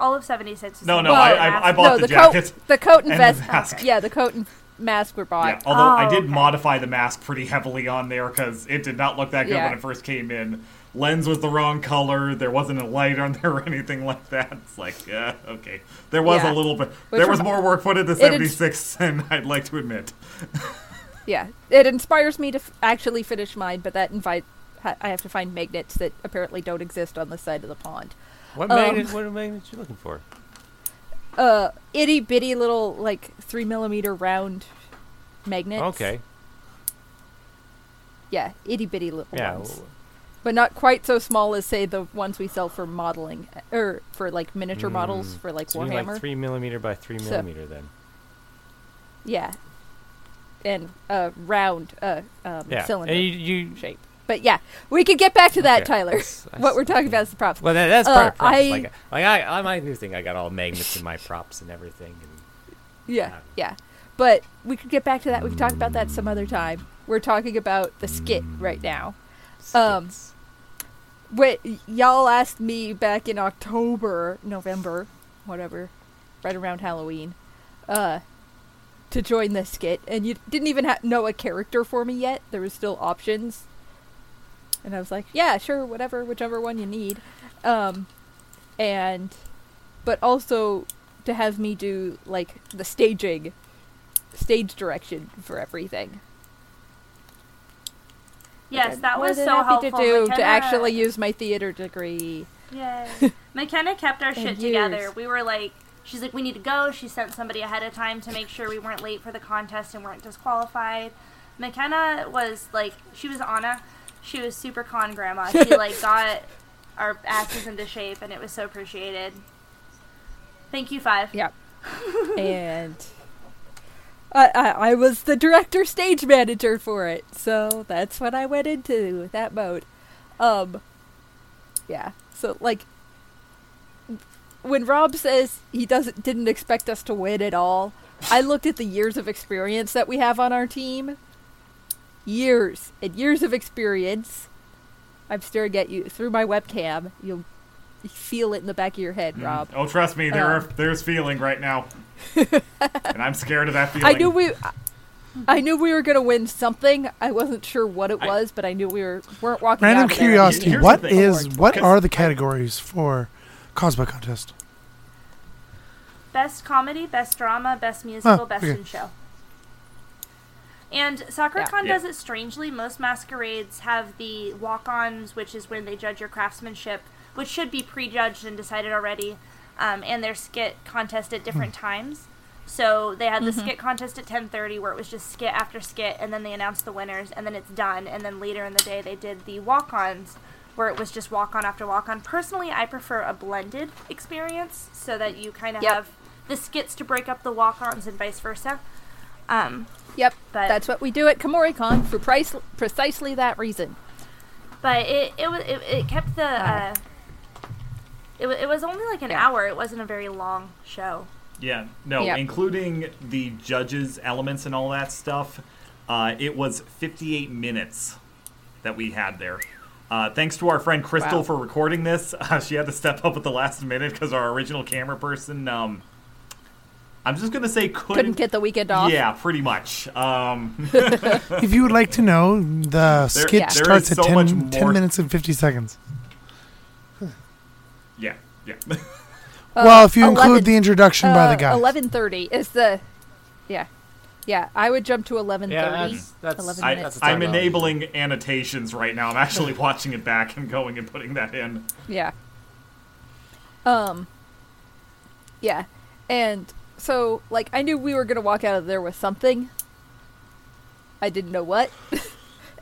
all of seventy six.
No, no,
I-
I- I bought
no,
the
the,
jacket
coat, the coat
and
and,
the
vest. uh,
mask.
Yeah, the coat and mask were
Yeah,
bought.
although I
Oh,
did
okay.
modify the mask pretty heavily on there because it did not look that good
Yeah.
when it first came in. Lens was the wrong color. There wasn't a light on [laughs] there or anything like that. It's like, yeah, okay. There was a
Yeah.
little bit.
Which
there was
rem-
more work put into
had-
76 [laughs] than I'd like to admit.
Yeah. it inspires me to f- actually finish mine, but that invite ha- I have to find magnets that apparently don't exist on the side of the pond.
what
um,
magnet? What magnet you looking for?
Uh, itty bitty little like three millimeter round magnets.
Okay,
Yeah, itty bitty little
yeah.
ones, but not quite so small as say the ones we sell for modeling or for like miniature models
Mm.
for like
So you mean
Warhammer.
like three millimeter by three
So-
millimeter then.
yeah, and uh, round uh, um,
Yeah,
cylinder.
and you, you
shape. But yeah, we could get back to that,
Okay.
Tyler.
That's- I
[laughs] what
see.
we're talking about is the props.
well that, that's
Uh,
part of props.
I-
like, like I, I my new thing. I got all magnets in my props and everything. And,
yeah, yeah. But we could get back to that. We could talk about that some other time. We're talking about the skit right now. Um,
skits.
Wait, y'all asked me back in October, November, whatever, right around Halloween, uh, to join this skit, and you didn't even ha- know a character for me yet. There was still options, and I was like, "Yeah, sure, whatever, whichever one you need." Um, and but also to have me do like the staging, stage direction for everything.
Yes,
I'm
that
more
was
than
so
happy
helpful.
to do to
McKenna-
actually use my theater degree.
[laughs]
[laughs]
Yay. McKenna kept our shit
And
together.
yours.
We were like, she's like, we need to go. She sent somebody ahead of time to make sure we weren't late for the contest and weren't disqualified. McKenna was like, she was Anna. She was super con grandma.
[laughs]
She like got our asses into shape, and it was so appreciated. Thank you, Five.
Yeah. and I, I, I was the director stage manager for it, so that's what I went into that mode. Um, yeah. So like, when Rob says he doesn't didn't expect us to win at all, I looked at the years of experience that we have on our team. Years and years of experience. I'm staring at you through my webcam. You'll feel it in the back of your head, Rob.
Oh, trust me, there
Um.
are, there's feeling right now. and I'm scared of that feeling.
I knew we. I knew we were gonna win something. I wasn't sure what it
I-
was, but I knew we were weren't walking. out
Random
of there with
curiosity.
Here's
anything.
What
the thing.
is what
Cause-
are the categories for
[laughs]
Cosmo contest?
Best comedy, best drama, best musical,
Oh,
best
okay.
in show. And SoccerCon
Yeah.
does it strangely. Most masquerades have the walk ons, which is when they judge your craftsmanship, which should be prejudged and decided already, um, and their skit contest at different times. So they had
Mm-hmm.
the skit contest at 10:30 where it was just skit after skit and then they announced the winners and then it's done and then later in the day they did the walk-ons where it was just walk-on after walk-on. Personally, I prefer a blended experience so that you kind of
Yep.
have the skits to break up the walk-ons and vice versa. Um,
Yep,
But-
that's what we do at KamoriCon for price, precisely that reason.
but it it wa- it, it kept the uh, it, wa- it was only like an
Yeah.
hour. It wasn't a very long show.
Yeah, no,
Yep.
including the judges' elements and all that stuff. Uh, it was 58 minutes that we had there. Uh, thanks to our friend Crystal
Wow.
for recording this. [laughs] Uh, she had to step up at the last minute because our original camera person, um, I'm just gonna say, couldn't,
Couldn't get the weekend off.
Yeah, pretty much. Um, [laughs]
If you would like to know, the skit
Yeah. there
starts
is
at
so
10,
much
10
more-
minutes and 50 seconds.
yeah,
[laughs]
yeah.
well, if you include
11
the introduction by the guy.
Uh, Eleven thirty is the, yeah, yeah. I would jump to eleven thirty.
Yeah, that's that's,
11
I,
minutes.
I'm
timeout.
enabling annotations right now. I'm actually [laughs] watching it back and going and putting that in.
Yeah. Um. Yeah, and so like I knew we were gonna walk out of there with something. I didn't know what. [laughs]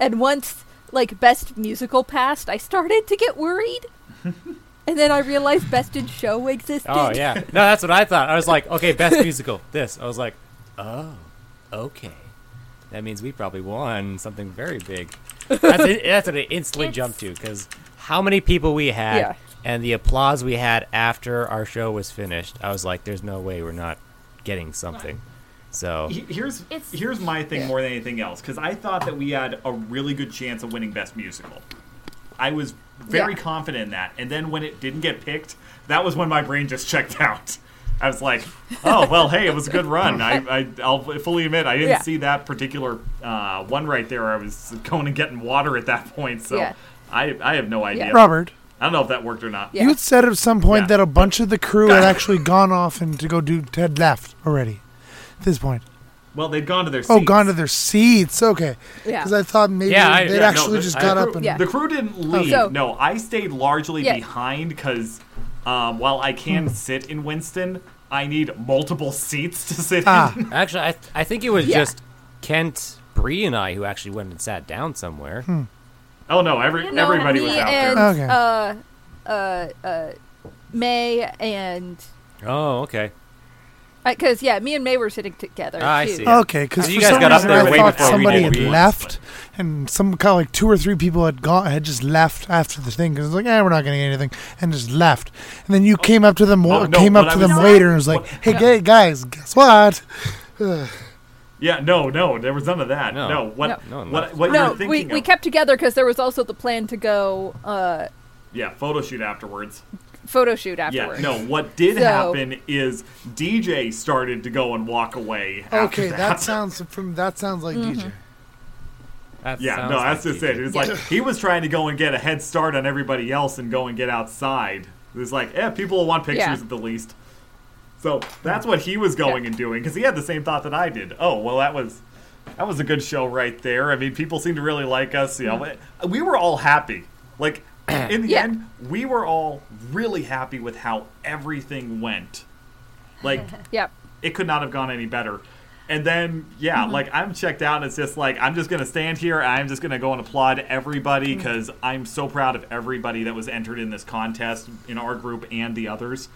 and once like best musical passed, I started to get worried. and then I realized best in show existed.
Oh
[laughs]
yeah, no, that's what I thought. I was like, okay, best musical. This. I was like, oh, okay. That means we probably won something very big. That's, it, [laughs] that's what it instantly
It's-
jumped to because how many people we had
Yeah.
and the applause we had after our show was finished. I was like, there's no way we're not getting something. So
He- Here's
It's-
here's my thing
Yeah.
more than anything else because I thought that we had a really good chance of winning best musical. I was very
Yeah.
confident in that, and then when it didn't get picked, that was when my brain just checked out. I was like, "Oh well, hey, it was a good run." I, I I'll fully admit I didn't
Yeah.
see that particular uh, one right there. I was going and getting water at that point, so
Yeah.
I I have no idea.
Robert,
I don't know if that worked or not.
Yeah.
you had said at some point
Yeah.
that a bunch of the crew
[laughs]
had actually gone off and to go do had left already. At this point,
Well, they'd gone to their
oh,
seats.
gone to their seats. Okay,
Yeah.
because I thought maybe
Yeah, I-
they'd
yeah, no,
actually
the-
just
I-
got
the
up
crew-
and
Yeah.
The crew didn't leave.
Oh. So-
no, I stayed largely
Yeah.
behind because um, while I can
Hmm.
sit in Winston, I need multiple seats to sit
Ah.
in. [laughs]
actually, I, I think it was
Yeah.
just Kent, Bree, and I who actually went and sat down somewhere.
Oh no, every,
You know,
everybody was
me
out
and,
there.
Okay.
Uh, uh, uh, May and
Oh, okay.
because yeah, me and May were sitting together.
I
too.
see. Yeah.
okay. Because
So
for
you guys
some
got up
reason
there
I
way
thought
before we
somebody
did
had
what we
left, and some kind of like two or three people had gone had just left after the thing because like, eh, we're not going to get anything, and just left. And
Oh.
then you came up to them,
No,
wa-
no,
came up
what
to
I
them
was-
later, and was like,
what-
"Hey, gay guys, guess what?
Yeah, no, no, there was none of that. No,
No.
what,
No. No,
what,
no.
what
No,
you're thinking
we, we
of?
kept together because there was also the plan to go uh,
yeah, photo shoot afterwards.
photo shoot
Yeah,
afterwards.
no, what did
So-
happen is DJ started to go and walk away. after
okay,
that,
that sounds from that sounds like
Mm-hmm.
DJ.
That
Yeah,
sounds
no,
like
that's just
you
it.
did.
It was
Yeah.
like he was trying to go and get a head start on everybody else and go and get outside. It was like, eh, people will want pictures
Yeah.
at the least. So that's what he was going
Yeah.
and doing because he had the same thought that I did. Oh, well, that was that was a good show right there. I mean, people seem to really like us. You know, we were all happy. Like in the
Mm-hmm. [clears throat] Yeah.
end, we were all really happy with how everything went.
[laughs]
Like
Yep.
it could not have gone any better. And then, yeah,
Mm-hmm.
like I'm checked out, and it's just like I'm just gonna stand here. and I'm just gonna go and applaud everybody
Mm-hmm.
because I'm so proud of everybody that was entered in this contest in our group and the others.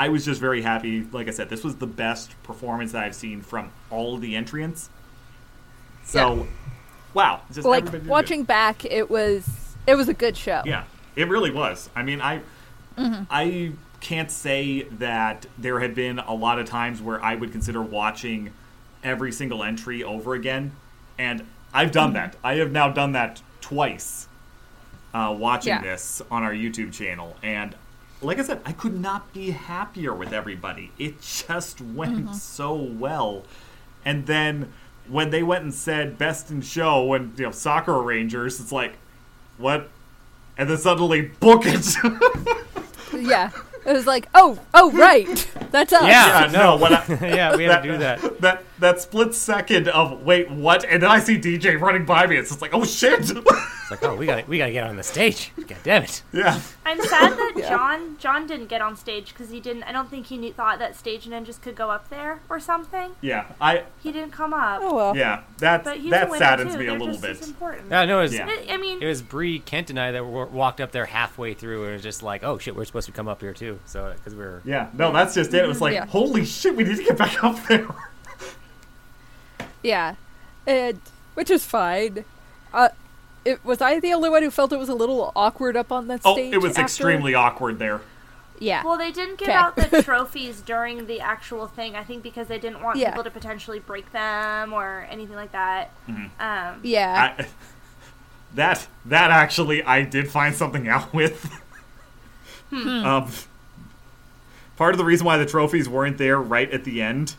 I was just very happy. Like I said, this was the best performance that I've seen from all of the entrants. So, wow, just everybody
Like
did good.
watching back, it was it was a good show.
Yeah, it really was. I mean, I I can't say that there had been a lot of times where I would consider watching every single entry over again, and I've done that. I have now done that twice, uh, watching
Yeah.
this on our YouTube channel, and like I said, I could not be [laughs]
Mm-hmm.
happier with everybody. It just went so well, and then when they went and said best in show and you know soccer rangers, it's like what? And then suddenly book [laughs] it.
[laughs] Yeah. It was like, oh, oh, right. [laughs] That's us.
yeah, no, when I, [laughs]
[laughs] yeah, we had to do that.
That that split second of wait, what? And then I see DJ running by me. It's just like, oh shit! [laughs]
It's like, oh, we got to we got to get on the stage. [laughs] God damn it!
yeah,
I'm sad
[laughs]
that John John didn't get on stage because he didn't. I don't think he knew, thought that stage ninjas could go up there or something.
yeah, I
He didn't come up.
Oh, well.
yeah that
But he's a
that
winner
saddens
too.
me a
They're
little
just as
bit.
important.
No, no, it was
Yeah.
I- I mean,
it was Bree Kent and I that were, walked up there halfway through, and it was just like, oh shit, we're supposed to come up here too. So because we were
Yeah, no, that's just it. It was like,
Yeah.
holy shit, we need to get back up
[laughs]
there.
Yeah, and which is fine. Uh, it was I the only one who felt it was a little awkward up on that
Oh,
stage.
it was
after?
extremely awkward there.
yeah.
well, they didn't give
Okay.
out
[laughs]
the trophies during the actual thing. I think because they didn't want
Yeah.
people to potentially break them or anything like that.
Mm-hmm.
Um,
yeah,
I, [laughs] that that actually I did find something out with. [laughs]
Hmm.
um, part of the reason why the trophies weren't there right at the end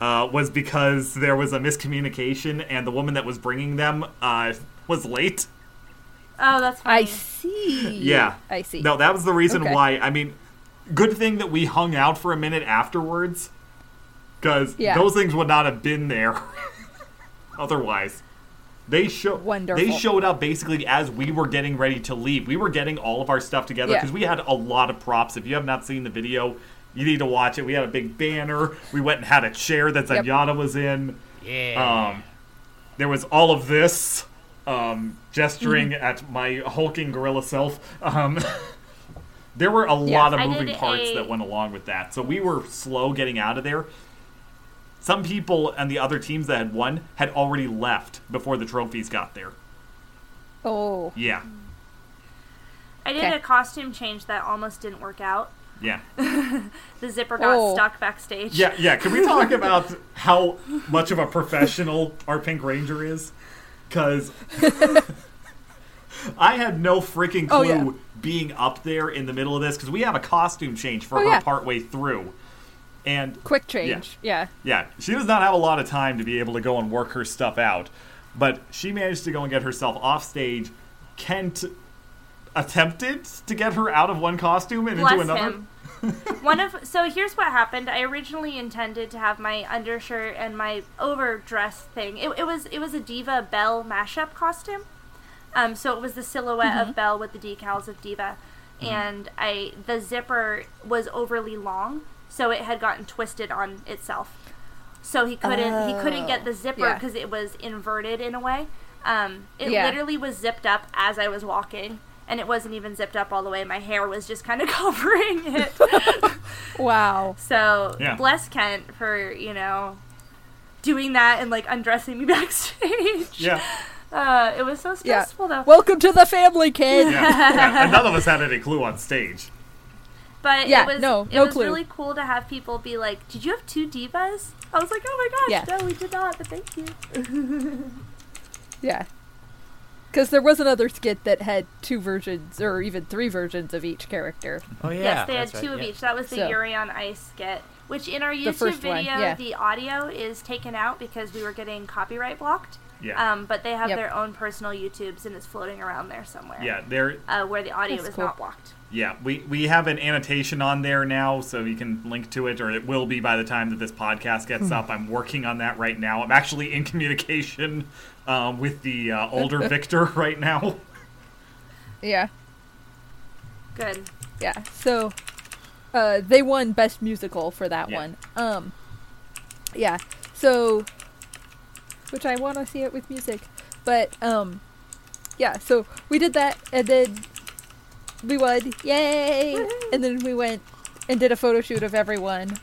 uh, was because there was a miscommunication, and the woman that was bringing them uh, was late.
Oh, that's
I,
funny.
see.
Yeah,
I see.
No, that was the reason
Okay.
why. I mean, good thing that we hung out for a minute afterwards, because
Yeah.
those things would not have been there [laughs] otherwise. They show They
Wonderful.
showed up basically as we were getting ready to leave. We were getting all of our stuff together
Yeah.
because we had a lot of props. If you have not seen the video, you need to watch it. We had a big banner. We went and had a chair that
Yep.
Zenyatta was in.
yeah.
Um, there was all of this um, gesturing
Mm-hmm.
at my hulking gorilla self. Um, [laughs] there were a lot of
I
moving
did
parts
a-
that went along with that, so we were slow getting out of there. Some people and the other teams that had won had already left before the trophies got there.
Oh,
Yeah,
I did
Okay.
a costume change that almost didn't work out.
yeah,
The zipper got
Oh.
stuck backstage.
yeah, yeah. Can we
[laughs]
talk about how much of a professional our Pink Ranger is?
[laughs]
Because I had no freaking clue
Oh, yeah.
being up there in the middle of this because we have a costume change for
Oh,
her
yeah.
partway through. And
quick change. Yeah.
yeah, she does not have a lot of time to be able to go and work her stuff out. But she managed to go and get herself off stage. Kent attempted to get her out of one costume and
Bless
into another.
him. One of so here's what happened. I originally intended to have my undershirt and my overdress thing. It, it was it was a diva Belle mashup costume. Um, so it was the silhouette of Belle with the decals of diva, and I the zipper was overly long, so it had gotten twisted on itself. So he couldn't he couldn't get the zipper
yeah.
because it was inverted in a way. Um, it
Yeah.
literally was zipped up as I was walking, and it wasn't even zipped up all the way. My hair was just kind of [laughs] covering
[laughs]
it.
Wow.
so
Yeah.
bless Kent for you know doing that and like undressing me [laughs] backstage.
Yeah.
Uh, it was so
Yeah.
stressful though.
Welcome to the family, kid.
yeah, yeah. And
[laughs]
none of us had any clue on stage.
But
Yeah,
it was
no,
it
no
was
clue.
really cool to have people be like, "Did you have two divas?" I was like, "Oh my gosh,
Yeah.
no, we did not." But thank you.
Yeah. Because there was another skit that had two versions, or even three versions of each character.
oh yeah.
yes, they had
that's right,
two of
yeah.
each. That was the
So-
Yuri on Ice skit, which in our YouTube
first
video,
one, yeah.
the audio is taken out because we were getting copyright blocked.
Yeah.
Um, but they have
Yep.
their own personal YouTubes, and it's floating around there somewhere.
yeah, there
Uh, where the audio
That's
is
cool.
not blocked.
Yeah, we, we have an annotation on there now, so you can link to it, or it will be by the time that this podcast
Hmm.
gets up. I'm working on that right now. I'm actually in communication um, with the uh,
[laughs]
older Victor right now.
Yeah.
Good.
Yeah. So uh, they won best musical for that
Yeah.
one. Um yeah. So which I want to see it with music. But um yeah, so we did that and then we won. Yay! And then we went and did a photo shoot of everyone.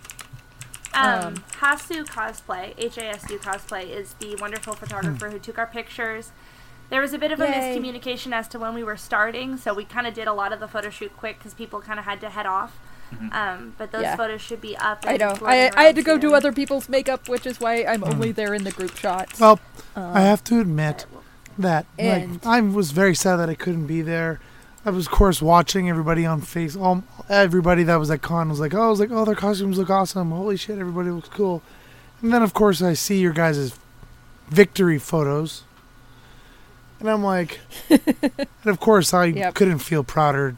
Um,
Um,
Hasu Cosplay, HASU Cosplay, is the wonderful photographer who took our pictures. There was a bit of a
Yay.
miscommunication as to when we were starting, so we kind of did a lot of the photo shoot quick because people kind of had to head off.
Mm-hmm.
Um, but those
Yeah.
photos should be up.
I
and
know.
floating
I I
around
had to go do
soon.
other people's makeup, which is why I'm only there in the group shots.
Well,
Uh.
I have to admit that
And-
like, I was very sad that I couldn't be there. I was, of course, watching everybody on face. All everybody that was at con was like, "Oh, I was like, oh, their costumes look awesome! Holy shit, everybody looks cool!" And then, of course, I see your guys' victory photos. And I'm
[laughs]
like, and of course I
Yep. Mm-hmm.
couldn't feel prouder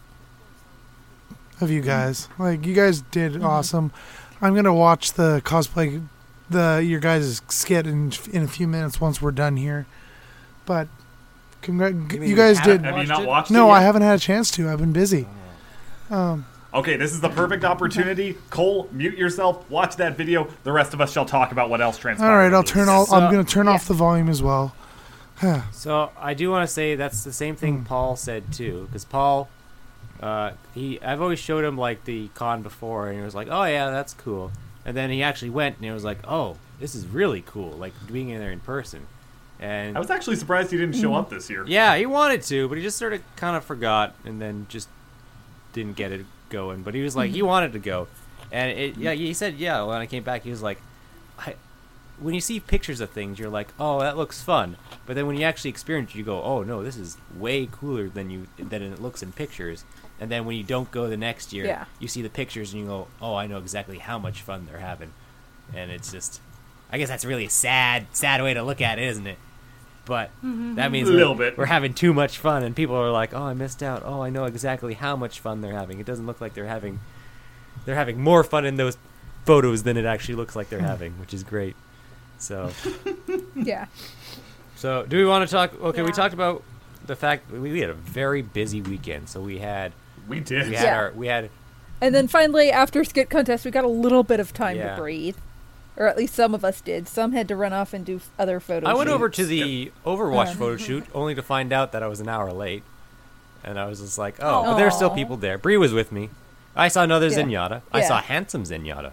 of you guys. Like you guys did awesome. I'm gonna watch the cosplay, the your guys' skit in in a few minutes once we're done here. But congrat, you,
mean you
guys
haven't
did.
Have you
Watched
not
it?
watched it?
No,
yet?
I haven't had a chance to. I've been busy.
Okay, this is the perfect opportunity. Cole, mute yourself, watch that video. The rest of us shall talk about what else transpired.
All right, I'll
over the
turn
weekend.
all.
So-
I'm gonna turn off
Yeah.
the volume as well.
So I do want to say that's the same thing Paul said too, because Paul, uh, he I've always showed him like the con before, and he was like, "Oh yeah, that's cool," and then he actually went and he was like, "Oh, this is really cool!" Like being in there in person, and
I was actually surprised he didn't
Hmm.
show up this year.
yeah, he wanted to, but he just sort of kind of forgot, and then just didn't get it going. But he was like, he wanted to go, and it, yeah, he said, yeah. When I came back, he was like, I. When you see pictures of things, you're like, oh, that looks fun. But then when you actually experience it, you go, oh no, this is way cooler than you than it looks in pictures. And then when you don't go the next year,
Yeah.
you see the pictures and you go, oh, I know exactly how much fun they're having. And it's just, I guess that's really a sad, sad way to look at it, isn't it? But that means
A little
we're-
bit.
we're having too much fun, and people are like, "Oh, I missed out. Oh, I know exactly how much fun they're having. It doesn't look like they're having they're having more fun in those photos than it actually looks like they're having, which is great." So,
Yeah.
so do we want to talk? Okay, we
Yeah.
talked about the fact we, we had a very busy weekend, so we had
We did.
we had
Yeah.
our we had
And then finally, after skit contest, we got a little bit of time
Yeah.
to breathe, or at least some of us did. Some had to run off and do f- other photos.
I went over to the Overwatch photo shoot only to find out that I was an hour late, and I was just like, "Oh, but there's still
Aw.
people there." Bree was with me. I saw another
Yeah.
Zenyatta. I
Yeah.
saw handsome Zenyatta.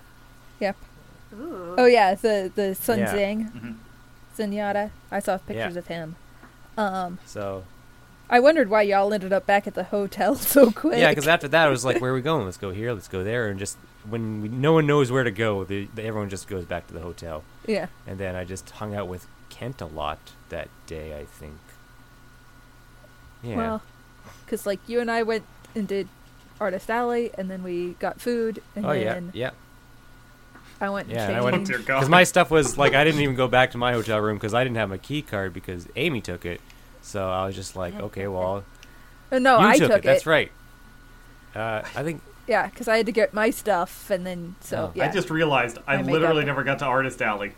Yep.
Ooh.
Oh yeah, the the Sun
Yeah.
Zhang, Zenyatta. I saw pictures
Yeah.
of him. Um,
So
I wondered why y'all ended up back at the hotel [laughs] so quick.
Yeah, because after that, it was like, where are we going? Let's go here. Let's go there. And just when we, no one knows where to go, the, the, everyone just goes back to the hotel.
yeah,
And then I just hung out with Kent a lot that day, I think. Yeah.
Well, because like you and I went and did Artist Alley, and then we got food, and
oh, yeah.
then
Yeah.
I went
Yeah,
and
and I
[laughs]
went-
changed.
Oh, dear God.
Because my stuff was like, I didn't even go back to my hotel room because I didn't have my key card because Amy took it. So I was just like, okay, well,
Oh, no,
you
I
took,
took,
it. That's right. Uh, I think
Yeah, because I had to get my stuff, and then so
Oh.
yeah.
I just realized I,
I made
literally
that-
never got to Artist Alley.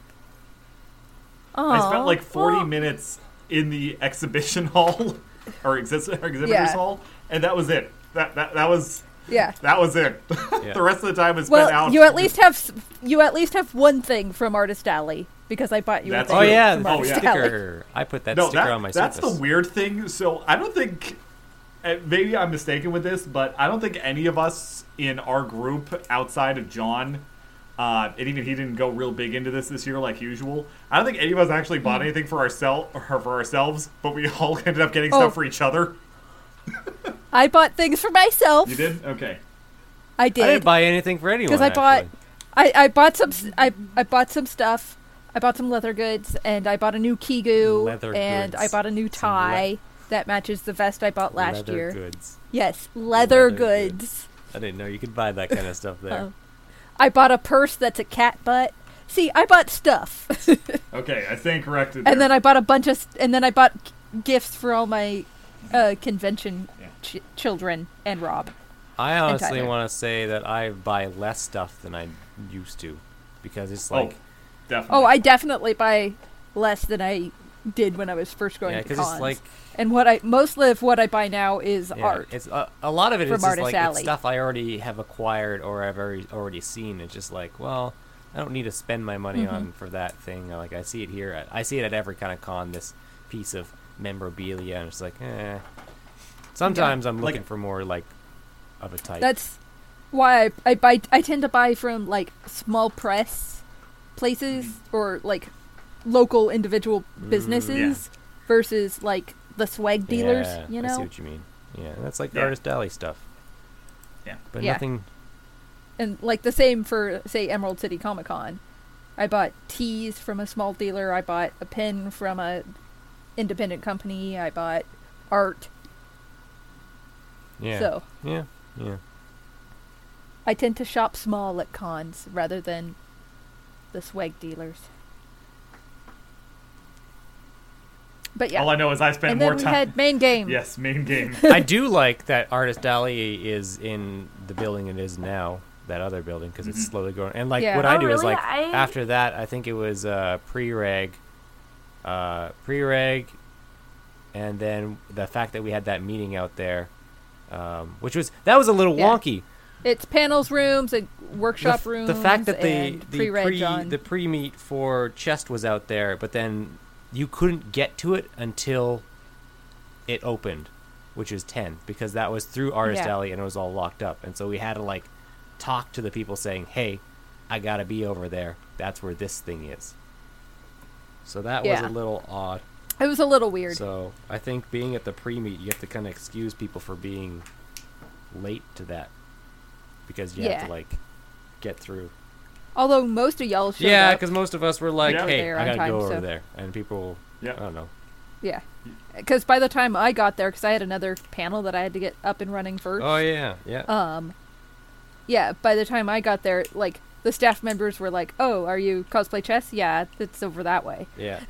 I
Aw.
spent like 40
well-
minutes in the exhibition [laughs] hall or, exhibit or exhibitors
Yeah.
hall, and that was it. That, that, that was
yeah.
that was it. [laughs]
Yeah.
the rest of the time was spent
Well,
out.
you at least have s- you at least have one thing from Artist Alley because I bought you.
That's
a
Oh
thing
true.
yeah,
from
the
Oh,
Artist
yeah.
Alley.
sticker. I put that
no,
sticker
that,
on my
that's
surface.
the weird thing. So I don't think uh, maybe I'm mistaken with this, but I don't think any of us in our group outside of John. Uh, and even he didn't go real big into this this year like usual. I don't think any of us actually bought
Hmm.
anything for ourselves or for ourselves, but we [laughs] all ended up getting
Oh.
stuff for each other.
I bought things for myself.
You did? Okay.
I did.
I didn't buy anything for anyone.
because I bought,
actually.
I, I bought some, s- I, I bought some stuff. I bought some leather goods, and I bought a new kigu,
Leather
and
goods.
I bought a new
Some le-
tie that matches the vest I bought last
Leather
year.
goods.
Yes, leather,
Leather goods.
goods.
I didn't know you could buy that kind of
[laughs]
stuff there.
Oh. I bought a purse that's a cat butt. See, I bought stuff, [laughs]
Okay, I stand corrected.
and
there.
then I bought a bunch of, s- and then I bought g- gifts for all my uh, convention
Yeah.
ch- children and Rob.
I honestly
Tyler.
want to say that I buy less stuff than I used to because it's like
oh, definitely.
Oh, I definitely buy less than I did when I was first going
yeah,
to
because
cons.
it's like
and what I mostly of what I buy now is
yeah,
art.
It's uh, a lot of it is
From
just
Artist
like it's
Alley.
stuff I already have acquired or I've already already seen. It's just like well, I don't need to spend my money
Mm-hmm.
on for that thing. Like I see it here. At, I see it at every kind of con. This piece of memorabilia, and it's like eh. Sometimes I'm
Like-
looking for more like of a type.
That's why I, I buy. I tend to buy from like small press places or like local individual
Mm.
businesses versus like the swag dealers.
Yeah,
you
I see
know,
what you mean. Yeah, that's like
Yeah.
artist alley stuff.
Yeah.
but
Yeah.
nothing.
and like the same for say Emerald City Comic Con. I bought teas from a small dealer. I bought a pen from a independent company. I bought art.
Yeah,
So
yeah, yeah.
I tend to shop small at cons rather than the swag dealers. But yeah.
All I know is I spent
and then
more
we
time.
had
[laughs]
main game.
yes, main
[laughs]
game.
I do like that Artist Alley is in the building it is now, that other building, because it's slowly growing. And like
Yeah.
what I
Oh,
do is
really?
like
I-
after that, I think it was uh, pre-reg, uh, pre-reg, and then the fact that we had that meeting out there, um, which was that was a little
Yeah.
wonky.
It's panels rooms and
The,
workshop
f-
rooms.
the fact that the
and
the
pre-reg
pre
on.
the pre meet for chest was out there, but then you couldn't get to it until it opened, which is ten, because that was through Artist
Yeah.
Alley and it was all locked up, and so we had to like talk to the people saying, "Hey, I gotta be over there. That's where this thing is." So that
Yeah.
was a little odd.
it was a little weird.
So I think being at the pre meet, you have to kind of excuse people for being late to that because you have
Yeah.
to like get through.
Although most of y'all showed
Yeah,
up.
because most of us were like,
Yeah.
"Hey,
There
I
on
gotta
time,
go over
so-
there," and people, I
Yeah.
don't know.
Yeah. Because by the time I got there, because I had another panel that I had to get up and running first.
Oh yeah, yeah.
Um, yeah. By the time I got there, like the staff members were like, "Oh, are you cosplay chess? Yeah, it's over that way."
Yeah.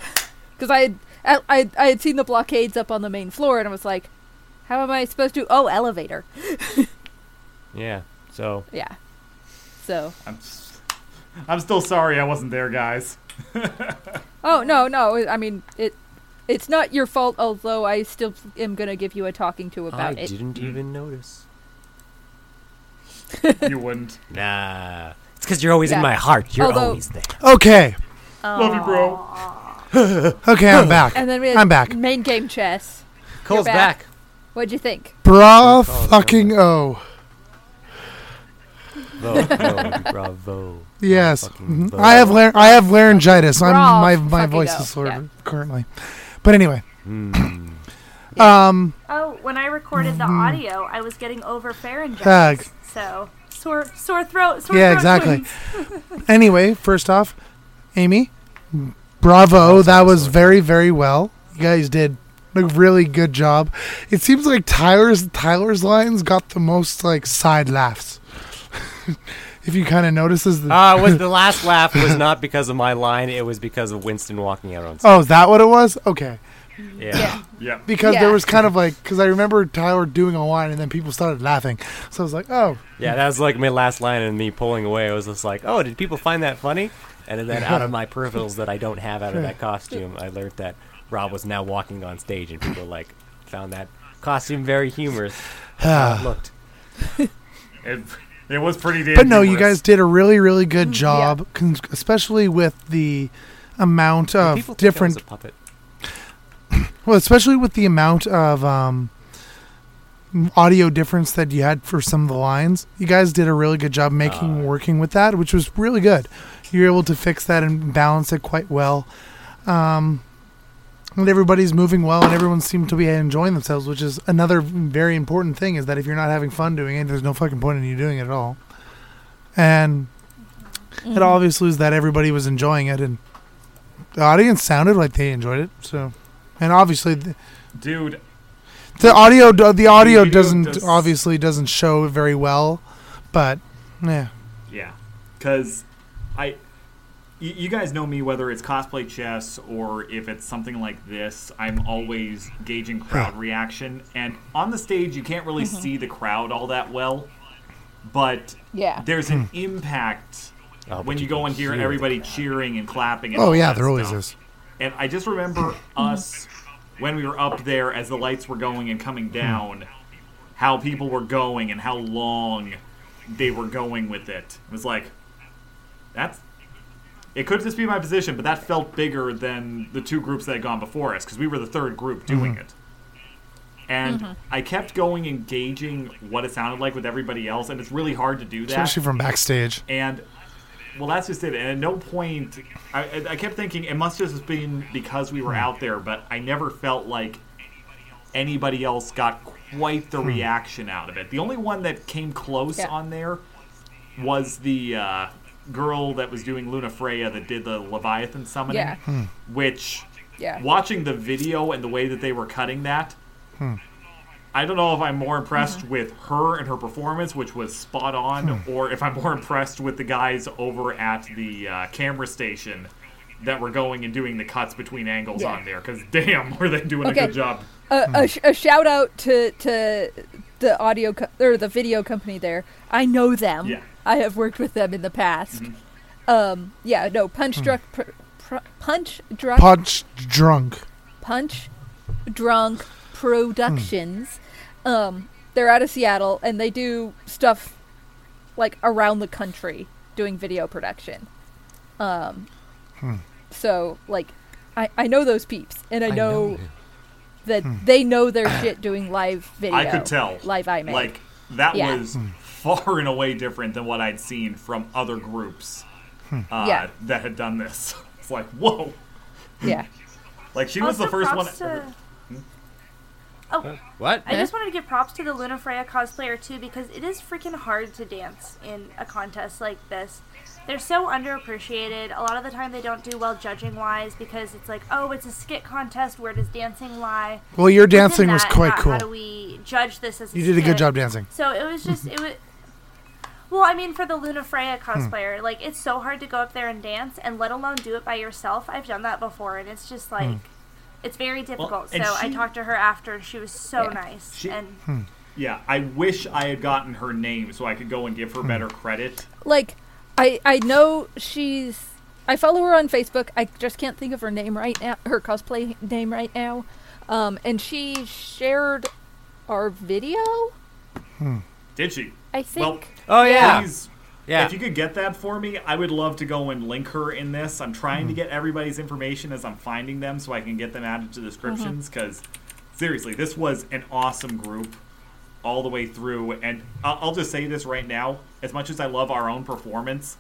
Because I had I, I I had seen the blockades up on the main floor, and I was like, "How am I supposed to?" Oh, elevator.
Yeah. So
Yeah. So.
I'm, s- I'm still sorry I wasn't there, guys.
[laughs] Oh no, no. I mean it. It's not your fault, although I still am gonna give you a talking to about
I
it.
didn't even notice.
You wouldn't.
Nah. It's because you're always
Yeah.
in my heart. You're
Although-
always there.
Okay.
Love you, bro.
Okay, I'm back.
And then we had
I'm back.
Main game chess.
Cole's
back.
back.
[laughs] What'd
[sighs]
you think?
Bra
Call it
fucking oh.
Bravo. bravo.
Yes.
Fucking
Mhm. I have
vote.
lar- I have laryngitis. I'm
Bra
my my
fucking
voice
oh,
is sort of
yeah.
currently. But anyway.
Mm.
Um
Oh, when I recorded the
Mm-hmm.
audio, I was getting over pharyngitis.
Ugh.
So sore, sore throat. Sore
Uh, Yeah,
throat
exactly.
twins.
anyway, first off, Amy, bravo. That was very, very well. You guys did a really good job. It seems like Tyler's Tyler's lines got the most like side laughs. [laughs] if you kind of notice, is the
Uh, was the last laugh was not because of my line. It was because of Winston walking out on stage.
oh, is that what it was? Okay,
Oh.
Yeah.
Yeah.
because there
Yeah.
was kind of like because I remember Tyler doing a line and then people started laughing, so I was like, oh,
Yeah, that was like my last line and me pulling away. I was just like, oh, did people find that funny? And then out of my peripherals that I don't have out of that costume, I learned that Rob was now walking on stage and people like found that costume very humorous. how it looked.
It, it was pretty damn
but no, you
humorous.
guys did a really, really good job, con- especially with the amount
Did
of
people think I was
Uh, different
a puppet.
Well, especially with the amount of um, audio difference that you had for some of the lines, you guys did a really good job making
Ah.
working with that, which was really good. You were able to fix that and balance it quite well. Um, and everybody's moving well, and everyone seemed to be enjoying themselves, which is another very important thing. Is that if you're not having fun doing it, there's no fucking point in you doing it at all. And it obviously was that everybody was enjoying it, and the audience sounded like they enjoyed it. So, and obviously, th-
Dude,
the audio do- the audio
Video
doesn't
does-
obviously doesn't show very well, but yeah,
Yeah, because I, y- you guys know me whether it's cosplay chess or if it's something like this. I'm always gauging crowd reaction, and on the stage you can't really see the crowd all that well, but
Yeah.
there's an impact
Oh, but
when you,
you
go
can
in here and
hear the
everybody cheering and clapping. And
oh
all
yeah,
that
there always
stuff.
is.
And I just remember us when we were up there as the lights were going and coming down, how people were going and how long they were going with it. It was like that's it could just be my position, but that felt bigger than the two groups that had gone before us because we were the third group doing it. And I kept going engaging what it sounded like with everybody else, and it's really hard to do that.
Especially from backstage.
And well, that's just it. And at no point, I, I- I kept thinking it must have just been because we were out there, but I never felt like anybody else got quite the reaction out of it. The only one that came close
Yeah.
on there was the uh, girl that was doing Luna Freya that did the Leviathan summoning,
Yeah.
which
Yeah.
watching the video and the way that they were cutting that. I don't know if I'm more impressed
Mm-hmm.
with her and her performance, which was spot on, or if I'm more impressed with the guys over at the uh, camera station that were going and doing the cuts between angles
Yeah.
on there. Because damn, [laughs] were they doing a
Okay.
good job?
a, a, sh- a shout out to to the audio co- or the video company there. I know them.
Yeah.
I have worked with them in the past. Um, yeah, no punch drunk, pr- pr- punch drunk,
Punch drunk.
punch drunk productions. Um, they're out of Seattle and they do stuff like around the country doing video production. Um, so like I I know those peeps and I know Hmm.
you.
that they know their shit doing live video.
I could tell.
Live IMAX.
Like that
Yeah.
was far and away different than what I'd seen from other groups uh,
Yeah.
that had done this. [laughs] It's like whoa!
yeah.
Like
Oh,
she was the
Also
first one.
props to- Oh,
What?
I just wanted to give props to the Luna Freya cosplayer too because it is freaking hard to dance in a contest like this. They're so underappreciated. A lot of the time they don't do well judging wise because it's like, oh, it's a skit contest. Where does dancing lie?
Well, your
Within
dancing was
that,
quite
how- How do
cool.
we judge this as a
You did a
skit?
good job dancing.
So it was just it was. Well, I mean, for the Luna Freya cosplayer, like it's so hard to go up there and dance, and let alone do it by yourself. I've done that before, and it's just like it's very difficult.
and
so I
she-
talked to her after, and she was so
Yeah.
nice.
She-
and
Yeah, I wish I had gotten her name so I could go and give her better credit.
Like I I know she's I follow her on Facebook. I just can't think of her name right now. Her cosplay name right now. Um and she shared our video,
Did she?
I think.
Well,
Oh yeah,
Please,
yeah.
if you could get that for me, I would love to go and link her in this. I'm trying
Mm-hmm.
to get everybody's information as I'm finding them so I can get them added to descriptions
Mm-hmm.
because seriously, this was an awesome group all the way through. And I- I'll just say this right now as much as I love our own performance,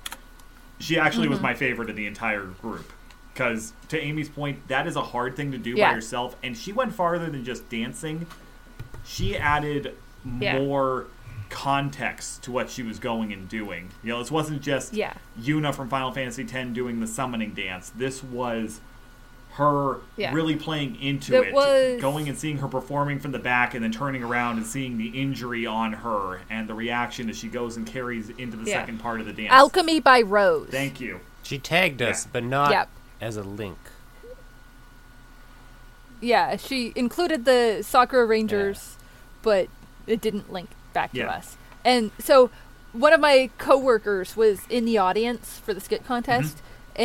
she actually
Mm-hmm.
was my favorite of the entire group. Because to Amy's point, that is a hard thing to do
Yeah.
by yourself. And she went farther than just dancing she added
Yeah.
more context to what she was going and doing. You know, this wasn't just
Yeah.
Yuna from Final Fantasy X doing the summoning dance. This was her
Yeah.
really playing into
That
it,
was-
going and seeing her performing from the back, and then turning around and seeing the injury on her and the reaction as she goes and carries into the
Yeah.
second part of the dance.
Alchemy by Rose.
Thank you.
she tagged us,
Yeah.
but not
Yep.
as a link.
Yeah, she included the Sakura Rangers, but it didn't link back
Yeah.
to us. And so one of my coworkers was in the audience for the skit contest,
Mm-hmm.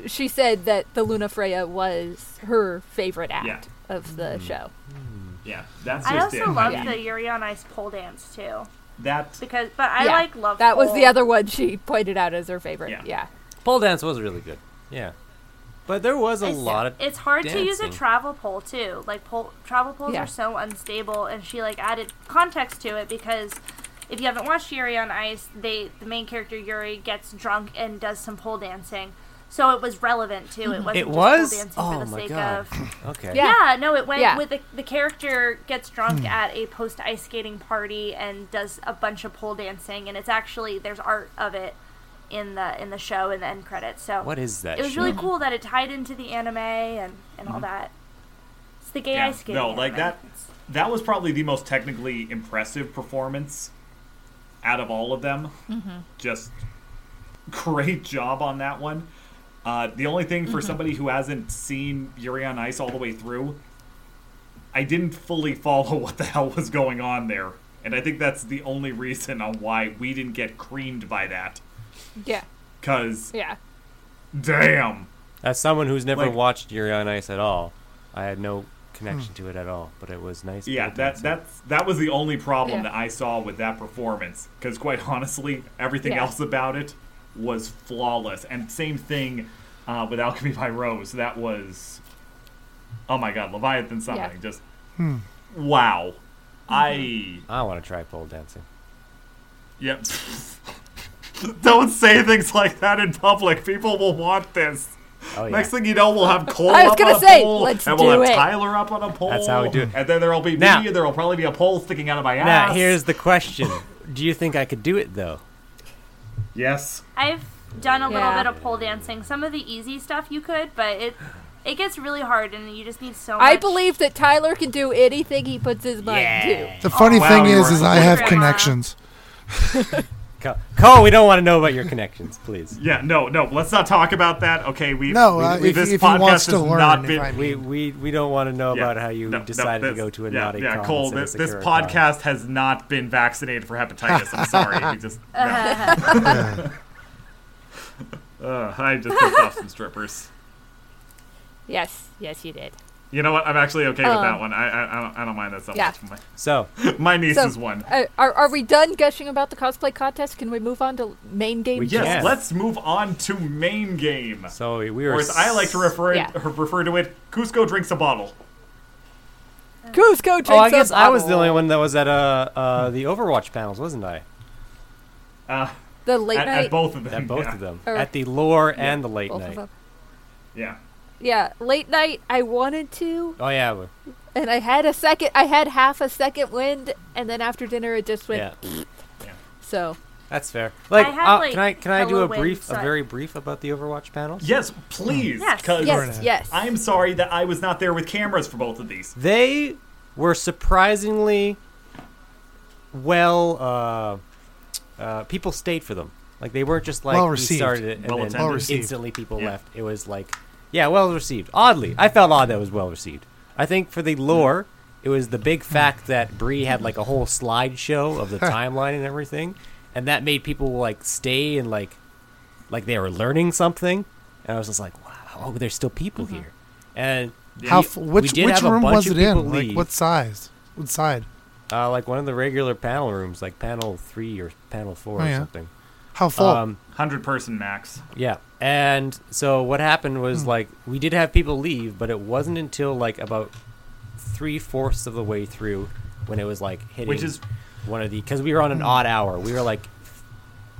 and she said that the Luna Freya was her favorite act
Yeah.
of the show.
Yeah, that's
I
just
also
it.
love
mean,
the Yuri on Ice pole dance too,
that.
because but I
Yeah,
like love
That was the
pole.
other one she pointed out as her favorite.
Yeah.
Yeah.
Pole dance was really good. Yeah, but there was a
It's-
lot of
It's hard to use a
dancing.
travel pole too. Like pole, travel poles
Yeah.
are so unstable, and she like added context to it because if you haven't watched Yuri on Ice, they the main character Yuri gets drunk and does some pole dancing, so it was relevant too. It wasn't
Mm-hmm. It
just
was?
pole dancing
Oh
for the
my
sake
God.
of.
okay.
Yeah.
Yeah, no, it went
Yeah. Hmm.
with the, the character gets drunk at a post ice skating party and does a bunch of pole dancing, and it's actually there's art of it in the in the show in the end credits. So
What is that?
it was really
show? Mm-hmm.
cool that it tied into the anime and, and all that. It's the gay
Yeah,
ice skating.
no, like
anime.
that. That was probably the most technically impressive performance out of all of them. Just [laughs] great job on that one. Uh, the only thing for somebody who hasn't seen Yuri on Ice all the way through, I didn't fully [laughs] follow what the hell was going on there, and I think that's the only reason on why we didn't get creamed by that.
Yeah.
Cause
Yeah.
damn,
As someone who's never
Like-
watched Yuri on Ice at all, I had no connection to it at all. But it was nice.
Yeah,
pole
that
dancing.
that's that was the only problem
Yeah.
that I saw with that performance. Because quite [laughs] honestly, everything
Yeah.
else about it was flawless. And same thing uh, with Alchemy by Rose. That was, oh my god, Leviathan something. Just
Hmm.
wow. I
I want to try pole dancing.
yep. [laughs] Don't say things like that in public. People will want this.
Oh yeah.
Next thing you know, we'll have Cole
[laughs] I was
up
gonna
on a
say,
pole,
let's
and we'll
do
have
it.
Tyler up on a pole.
That's how we do it.
And then there'll be
Now-
me, and there'll probably be a pole sticking out of my ass.
now here's the question: [laughs] Do you think I could do it though?
Yes.
I've done a little
Yeah.
bit of pole dancing. Some of the easy stuff you could, but it it gets really hard, and you just need so. much.
I believe that Tyler can do anything he puts his mind to.
The funny
wow,
thing
you
is,
were-
is I have
Grandma.
connections.
Cole, Cole, we don't want to know about your connections, please.
Yeah, no, no. Let's not talk about that. Okay, we
No,
we,
uh,
we-
if-
this
if he
podcast
wants to
has
learn,
not
if
been.
I'm-
We we, we don't want to know
yeah,
about how you
no, no,
decided to
this-
go to a
yeah,
naughty
yeah,
con
Cole.
instead of
This,
a
this
secure con.
podcast has not been vaccinated for hepatitis. I'm sorry. We
[laughs]
just, no. uh, I just pissed off some strippers.
Yes, yes, you did.
You know what? I'm actually okay with
Um,
that one. I I, I, don't, I don't mind that so
yeah.
much.
So
My, my niece
So-
is one.
Uh, are, are we done gushing about the cosplay contest? Can we move on to main game?
We
Yes,
can.
let's move on to main game.
so we we were.
Or as I like to refer
Yeah.
refer to it, Cusco drinks a bottle.
Cusco drinks
Oh, I guess
a
I was the
bottle.
only one that was at uh, uh the Overwatch panels, wasn't I?
Uh,
The late
at,
night.
at both of them. [laughs]
At both
yeah.
of them,
Or-
at the lore and the late
both of
night.
them.
Yeah.
Yeah, late night. I wanted to,
Oh yeah, we-
and I had a second. I had half a second wind, and then after dinner, it just went.
yeah.
So
That's fair. Like,
had,
uh,
like,
can I can I do
hello
a brief,
website.
a very brief about the Overwatch panels?
Yes, please.
Yes.
'cause
yes,
Jordan.
yes.
I'm sorry that I was not there with cameras for both of these.
They were surprisingly well. Uh, uh, people stayed for them. Like they weren't just like
Well
we
received.
started it and
Well
then
attended.
Well received.
instantly people
Yeah.
left. It was like yeah, well received. Oddly, I felt odd that it was well received. I think for the lore, it was the big fact that Bree had like a whole slideshow
[laughs]
of the timeline and everything, and that made people like stay and like like they were learning something, and I was just like, wow, oh, there's still people
Mm-hmm.
here, and
How?
we-
f-
we
which
did
which
have a
room
bunch
was
of
it in?
people
Like
leave.
what size? What side?
uh, like one of the regular panel rooms, like panel three or panel four
Oh,
or
yeah.
something.
How full?
Um,
100 person max.
yeah, and so what happened
Hmm.
was like we did have people leave, but it wasn't until like about three fourths of the way through when it was like hitting
Which is-
one of the because we were
Hmm.
on an odd hour. We were like f-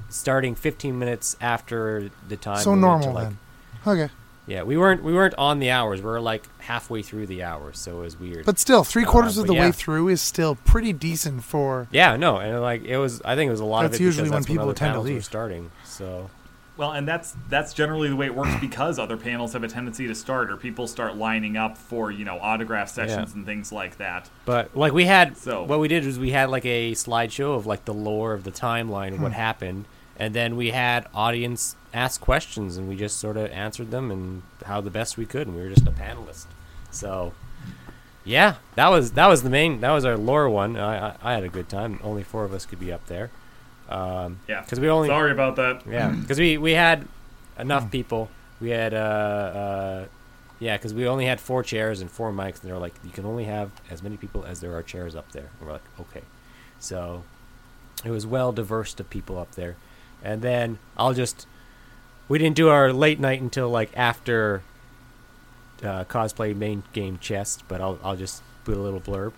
starting 15 minutes after the time.
so
we went to,
normal
like,
then. Okay,
Yeah, we weren't we weren't on the hours. We were like halfway through the hours, so it was weird.
but still, three quarters
uh, but
of the
yeah.
way through is still pretty decent for.
yeah, no, and like it was. I think it was a lot
That's
of it
usually
because
when
that's
people
other
tend to
panels were
leave.
starting. So
Well, and that's that's generally the way it
[clears throat]
works because other panels have a tendency to start or people start lining up for, you know, autograph sessions
Yeah.
and things like that.
But like we had,
So-
what we did was we had like a slideshow of like the lore of the timeline, of
Hmm.
what happened, and then we had audience ask questions, and we just sort of answered them and how the best we could, and we were just a panelist. So, yeah, that was that was the main that was our lore one. I I, I had a good time. Only four of us could be up there. Um,
Yeah.
'Cause we only-
Sorry about that.
yeah, because we we had enough people. We had uh, uh yeah, because we only had four chairs and four mics, and they're like, you can only have as many people as there are chairs up there. And we're like, okay, so it was well diverse of people up there, and then I'll just we didn't do our late night until like after uh, cosplay main game chest, but I'll I'll just put a little blurb.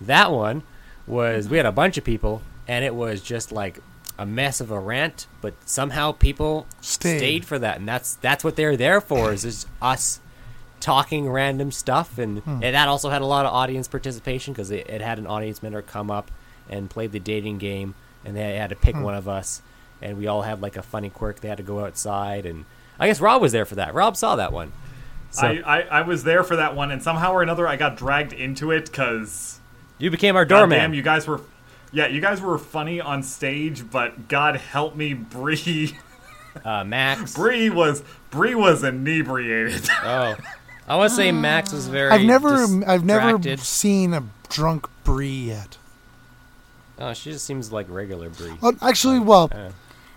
That one was we had a bunch of people, and it was just like a mess of a rant, but somehow people
Stayed.
for that, and that's that's what they're there for is just us talking random stuff, and,
Hmm.
and that also had a lot of audience participation because it, it had an audience member come up and play the dating game, and they had to pick
Hmm.
one of us, and we all had like a funny quirk. They had to go outside, and I guess Rob was there for that. Rob saw that one. So-
I, I, I was there for that one, and somehow or another I got dragged into it because
You became our
God
doorman.
damn, you guys were, yeah, you guys were funny on stage, but God help me, Bree. [laughs]
uh, Max.
Bree was Bree was inebriated. [laughs]
oh, I want to say Max was very.
I've never, I've never
distracted.
seen a drunk Bree yet.
Oh, she just seems like regular Bree.
Well, Oh, actually, well,
Uh,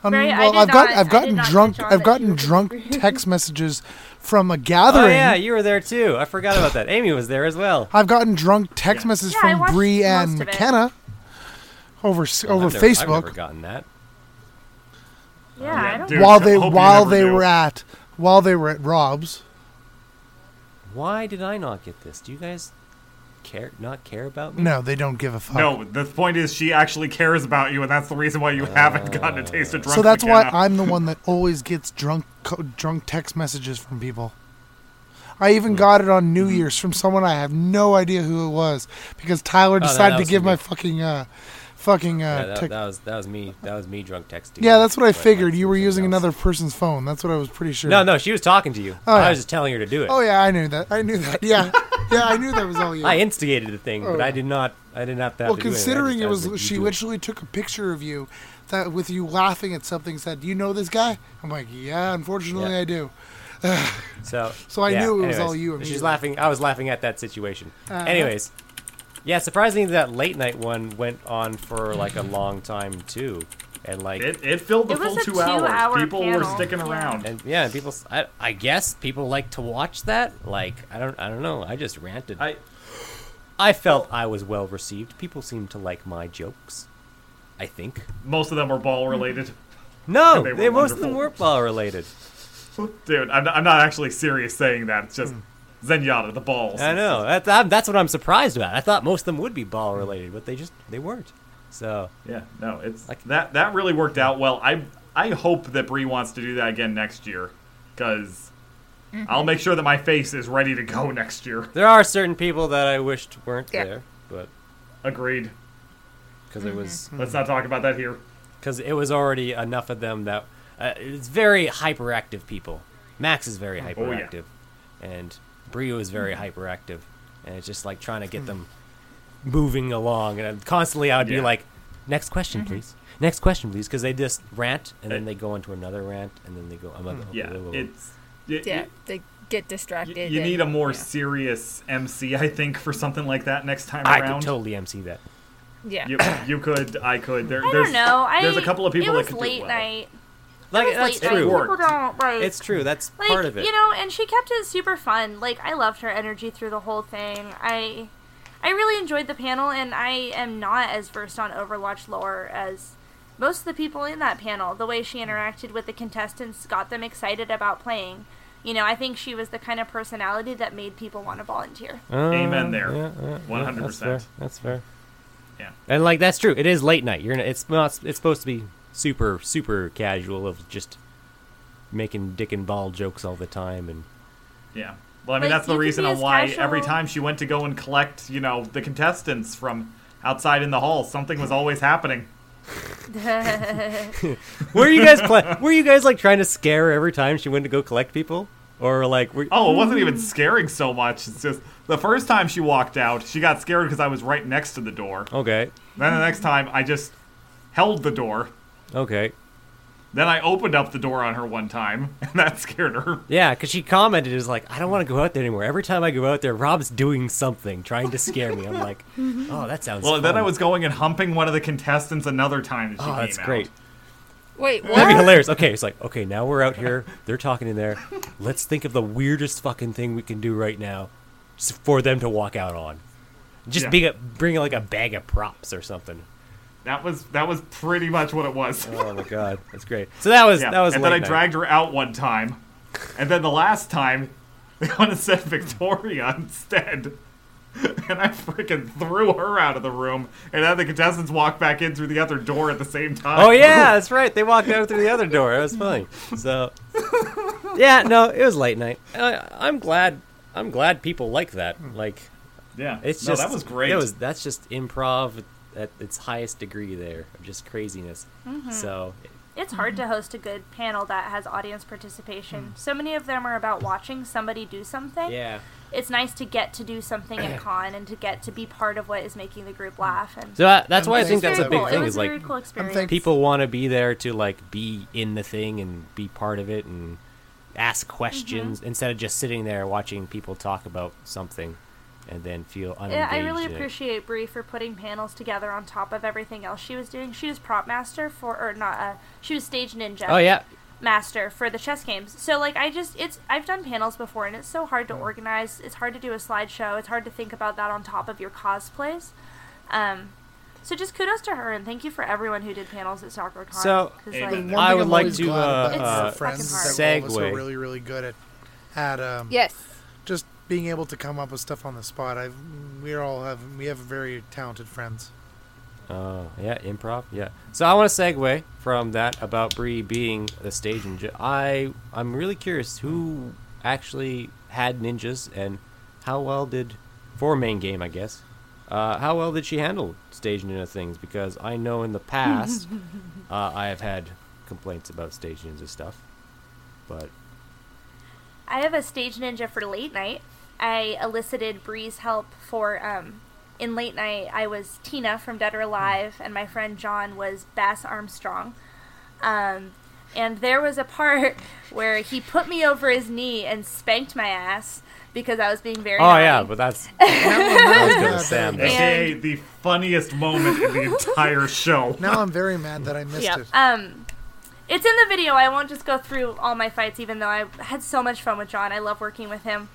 I mean,
Barry, I
well,
did
I've got,
not- I
I've
did
gotten
not catch
drunk,
on
I've
that
gotten
you
drunk
were [laughs] drunk.
text messages from a gathering.
Oh yeah, you were there too. I forgot about that. Amy was there as well.
I've gotten drunk text messages
Yeah, I
from
watched
Bree and
most of it.
McKenna over s over
I've never- I've never
Facebook
gotten that.
Yeah,
Yeah,
I don't.
dude.
while
I
they
hope you
while
never
they
do.
were at while they were at Rob's.
Why did I not get this? Do you guys care not care about me?
No, they don't give a fuck.
no, the point is she actually cares about you, and that's the reason why you haven't gotten a taste of drunk.
Uh, so that's why
McKenna.
I'm the one that always gets drunk co- drunk text messages from people. I even got it on
Mm-hmm.
New Year's from someone I have no idea who it was because Tyler
that-
decided
Oh, that
to
was
give
gonna
my
be-
fucking uh fucking uh
Yeah, that,
tec-
that was that was me. That was me drunk texting.
yeah, that's what I
Like, like
figured. You were
something
using
else.
another person's phone. That's what I was pretty sure.
No, no, she was talking to you.
Oh,
I
yeah.
was just telling her to do it.
Oh yeah, I knew that. I knew
[laughs]
that. Yeah, yeah, I knew that was all you.
I instigated the thing, but
Oh.
I did not. I did not have
well,
to do anything. I
considering
just-
it
I
was,
like, you
she
do
literally took a picture of you that with you laughing at something said, "Do you know this guy?" I'm like, "Yeah, unfortunately,
Yeah.
I do."
So,
So I
yeah,
knew it was
anyways,
all you Uh-huh.
She's
immediately.
laughing. I was laughing at that situation. Anyways, yeah, surprisingly, that late night one went on for like a long time too, and like,
It, it filled the
It was
full
a
two hours.
two-hour
People were
panel,
sticking
yeah.
around.
and yeah, and people. s- I, I guess people like to watch that. Like, I don't, I don't know. I just ranted. I,
I,
felt I was well received. People seemed to like my jokes. I think.
most of them were ball related. [laughs]
No,
They
they,
were
most of them
wonderful.
were ball related.
Dude, I'm not, I'm not actually serious saying that. It's just Zenyatta, the balls.
I know. That's I'm, that's what I'm surprised about. I thought most of them would be ball related, but they just they weren't. So
Yeah, no, it's
Like-
that that really worked out well. I I hope that Bree wants to do that again next year, because
Mm-hmm.
I'll make sure that my face is ready to go [laughs] next year.
There are certain people that I wished weren't
Yeah.
there, but
Agreed.
because it was
Let's not talk about that here.
because it was already enough of them that uh, it's very hyperactive people. Max is very
Oh, yeah.
hyperactive, and Brio is very hyperactive, and it's just like trying to get them moving along. And I'm- constantly, I would
Yeah.
be like, "Next question,
Mm-hmm.
please. Next question, please," because they just rant and then they go into another rant and then they go another.
Mm-hmm.
Yeah, it's it,
[laughs] Yeah,
it-
they
you,
get distracted.
you
and-
need a more
yeah.
serious MC, I think, for something like that next time
I
around.
could totally MC that.
Yeah.
you, you could, I could. There,
I don't
there's,
know. I,
there's a couple of people
it was
that could
late
do it well.
night.
Like
it was
that's
late
It
night.
true.
worked.
People don't like.
It's true. That's
like,
part of it.
You know, and she kept it super fun. Like I loved her energy through the whole thing. I I really enjoyed the panel and I am not as versed on Overwatch lore as most of the people in that panel. The way she interacted with the contestants got them excited about playing. You know, I think she was the kind of personality that made people want to volunteer.
Uh,
Amen there.
yeah, yeah, yeah,
100%.
That's fair. That's fair.
Yeah.
And like that's true. It is late night. You're. n- It's not. It's supposed to be super super casual of just making dick and ball jokes all the time and [laughs]
Yeah. Well, I mean,
Like,
that's the
you could be
reason on
as
why
casual-
every time she went to go and collect, you know, the contestants from outside in the hall, something was always happening.
were you guys pla were you guys like trying to scare her every time she went to go collect people or like were
Oh, it wasn't
Mm-hmm.
even scaring so much. It's just the first time she walked out, she got scared because I was right next to the door.
okay
Then the next time, I just held the door.
okay
Then I opened up the door on her one time, [laughs] and that scared her.
yeah because she commented is like I don't want to go out there anymore every time I go out there Rob's doing something trying to scare me I'm like [laughs] oh that sounds
Well, then
fun.
I was going and humping one of the contestants another time that she
oh
came
that's
out.
great
Wait,
That'd be
what?
hilarious. Okay, it's like, okay, now we're out here. They're talking in there. Let's think of the weirdest fucking thing we can do right now s- for them to walk out on. Just
Yeah.
being a, bring like a bag of props or something.
That was that was pretty much what it was.
Oh my god, that's great. So that
[laughs]
was
Yeah.
that was
and
late
then I
night.
dragged her out one time. And then the last time, [laughs] they went and said Victoria [laughs] instead. And I freaking threw her out of the room. And had the contestants walk back in through the other door at the same time.
Oh yeah, that's right. They walked out through the other door. It was funny.
[laughs]
So yeah, no, it was late night. I, I'm glad. I'm glad people like that. Like
Yeah.
It's
Hmm. no,
just
that was great.
That was that's just improv at its highest degree. There, of just craziness. So
It's hard to host a good panel that has audience participation. So many of them are about watching somebody do something.
Hmm. yeah.
It's nice to get to do something
[clears throat]
at con and to get to be part of what is making the group laugh. And
So I, that's why I
I'm
think
thankful
that's
very
a big
cool.
thing.
It was
Is
a
like
very cool experience.
thankful-
people want to be there to like be in the thing and be part of it and ask
Mm-hmm.
questions instead of just sitting there watching people talk about something and then feel unengaged.
Yeah, I really
in it.
appreciate Bree for putting panels together on top of everything else she was doing. She was prop master for, or not, uh, she was stage ninja.
Oh yeah,
master for the chess games. So like I just it's I've done panels before and it's so hard to
Mm.
organize. It's hard to do a slideshow. It's hard to think about that on top of your cosplays. Um, so just kudos to her and thank you for everyone who did panels at SoccerCon.
So-
'cause,
Amen.
like,
One
I
thing
would
I'm
like
always
to,
glad
uh,
about
It's
our
so
friends
fucking
is that all of us
hard.
are really, really good at at um,
Yes.
just being able to come up with stuff on the spot. I we all have we have very talented friends.
Oh, yeah, improv. Yeah. So I want to segue from that about Bree being the stage ninja. I I'm really curious who actually had ninjas and how well did for main game, I guess. Uh, how well did she handle stage ninja things? Because I know in the past uh, I have had complaints about stage ninja stuff, but
I have a stage ninja for late night. I elicited Bree's help for um, in late night, I was Tina from Dead or Alive, and my friend John was Bass Armstrong. Um, and there was a part [laughs] where he put me over his knee and spanked my ass because I was being very.
Oh
naughty.
yeah, but that's
Now
that's
I'm,
good
really
to Sam.
mad
And-
though.
AKA the funniest moment in the entire
[laughs]
show.
now I'm very mad that I missed
Yeah.
it.
Um, it's in the video. I won't just go through all my fights, even though I had so much fun with John. I love working with him.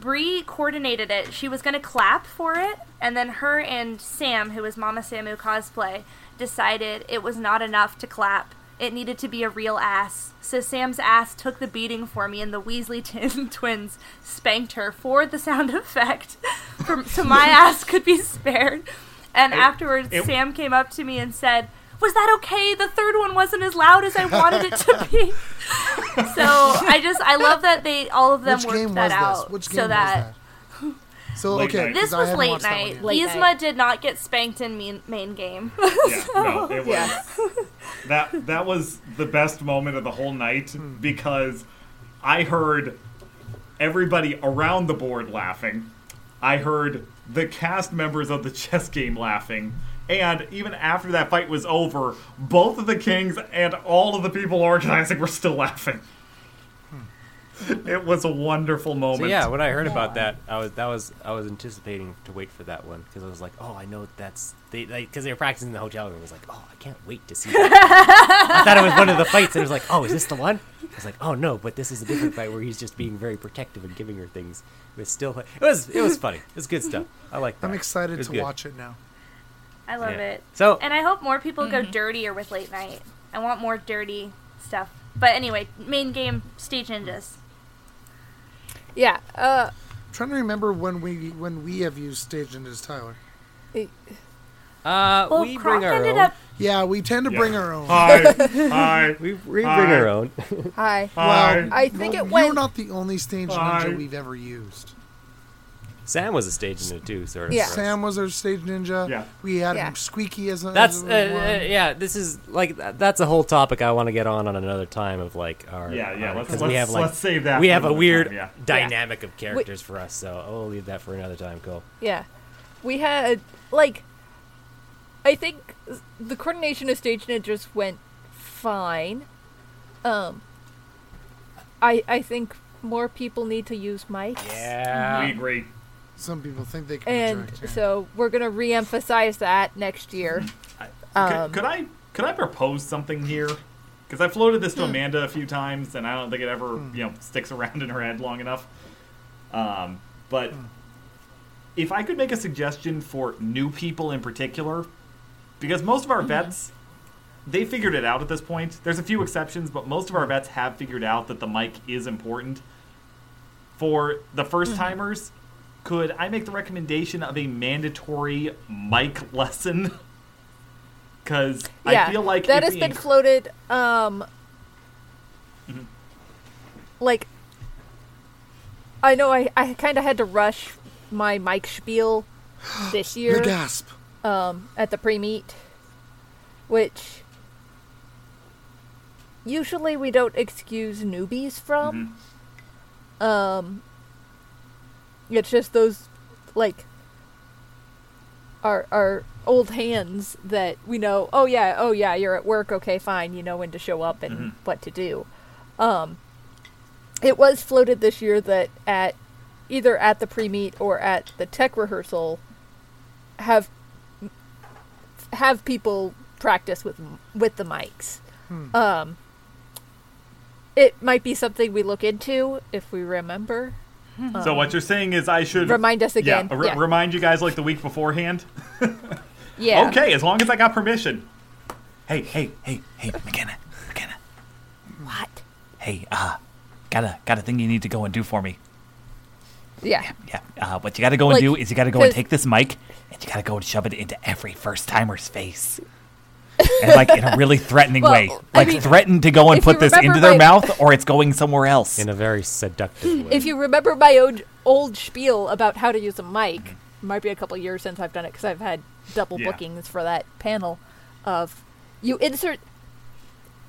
Bree coordinated it. She was going to clap for it, and then her and Sam, who was Mama Samu cosplay, decided it was not enough to clap. It needed to be a real ass. So Sam's ass took the beating for me, and the Weasley [laughs] tin twins spanked her for the sound [laughs] effect, for, so
[laughs]
my ass could be spared. And afterwards,
it-
Sam came up to me and said, "Was that okay? The third one wasn't as loud as I wanted it to be."
[laughs]
so I just I love that they all of them
Which
worked
game
that
was
out
this? Which game
so that
was that? So
Late
okay,
night.
this
'cause I
was
hadn't
late
watched that one
night.
yet.
Late
Yzma
night.
did not get spanked in main, main game. [laughs]
Yeah, no, it was
Yeah.
that that was the best moment of the whole night
Hmm.
because I heard everybody around the board laughing. I heard the cast members of the [laughs] chess game laughing. And even after that fight was over, both of the kings and all of the people organizing were still laughing. It was a wonderful moment.
Hmm. So yeah, when I heard about that, I was that was I was anticipating to wait for that one because I was like, oh, I know that's they like because they were practicing in the hotel room. I was like, oh, I can't wait to see. That. [laughs] I thought it was one of the fights, and it was like, oh, is this the one? I was like, oh no, but this is a different fight where he's just being very protective and giving her things. It was still it was it was funny. It was good stuff. I like that.
I'm excited
It was
to
good.
watch it now.
I love
Yeah.
it.
So-
and I hope more people go dirtier with late night. I want more dirty stuff. But anyway, main game stage ninjas.
Yeah. Uh,
I'm trying to remember when we when we have used stage ninjas, Tyler.
Uh,
Well,
we
Croc
bring our
ended
own.
up.
Yeah, we tend to
Yeah. Uh,
bring our own.
Hi, hi,
[laughs] we, we bring
Hi.
our own.
hi.
hi.
I think it
You're
went.
not the only stage
Bye.
ninja we've ever used.
Sam was a stage ninja too, sort of.
Yeah.
for us.
Sam was our stage ninja.
Yeah.
We had
Yeah.
him squeaky as a.
That's
as
uh,
a one.
uh, yeah. This is like th- that's a whole topic I want to get on on another time of like our
Yeah, yeah,
our-
let's-
'cause
let's- let's save that
We
for
have a
another
weird
time, yeah.
dynamic of characters for us, so I'll leave that for another time. Cool.
Yeah. We had, like, I think the coordination of stage ninjas went fine. Um, I I think more people need to use mics.
we
Yeah,
agree.
Some people think they can.
And
project, yeah.
so we're going to re emphasize that next year.
Could-
Um,
could, I could I propose something here? Because I floated this to Amanda a few times, and I don't think it ever you know sticks around in her head long enough. Um, but if I could make a suggestion for new people in particular, because most of our vets they figured it out at this point. There's a few exceptions, but most of our vets have figured out that the mic is important. For the
Mm-hmm.
first timers, could I make the recommendation of a mandatory mic lesson? [laughs] Because
yeah,
[laughs] I feel like
that
if
has
we
been
enc-
floated. Um,
Mm-hmm.
like I know I I kind of had to rush my
[gasps]
mic spiel this year
the gasp.
um, at the pre meet, which usually we don't excuse newbies from.
Mm-hmm.
Um, it's just those, like, our, our old hands that we know, oh yeah, oh yeah, you're at work, okay, fine, you know when to show up and what to do. Um, it was floated this year that at either at the pre meet or at the tech rehearsal, have have people practice with with the mics. Um, it might be something we look into if we remember.
so what you're saying is I should
um, Remind us again.
Yeah, re-
Yeah.
remind you guys like the week beforehand.
Yeah.
Okay, as long as I got permission.
Hey, hey, hey, hey, McKenna, McKenna.
What?
Hey, uh, got a got a thing you need to go and do for me.
Yeah.
Mm-hmm.
Yeah. Uh, what you got to go and
Like,
do is you got to go and
cause-
take this mic and you got to go and shove it into every first timer's face. and like in a really threatening way,
[laughs] Well, I
like
mean,
threaten to go and
if you
put this into
remember
their
my-
mouth, or it's going somewhere else.
in a very seductive way.
Hmm, If you remember my old old spiel about how to use a mic,
Mm-hmm.
might be a couple years since I've done it because I've had double
Yeah.
bookings for that panel. Of you insert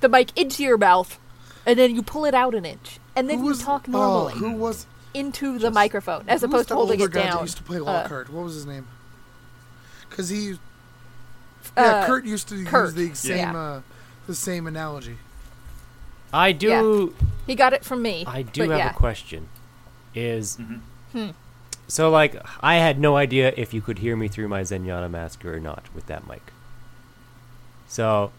the mic into your mouth, and then you pull it out an inch, and then
Who
you
was
talk
oh,
normally
who was
into the microphone as
who was
opposed to
the
holding
older
it
guy that
down.
Used to play
Uh,
Lockhart. what was his name? because he, yeah,
Uh,
Kurt used to
Kurt,
use the same
yeah.
uh, the same analogy.
I do.
He got it from me.
I do
but
have
yeah.
a question. Is
Mm-hmm.
so like I had no idea if you could hear me through my Zenyatta mask or not with that mic. So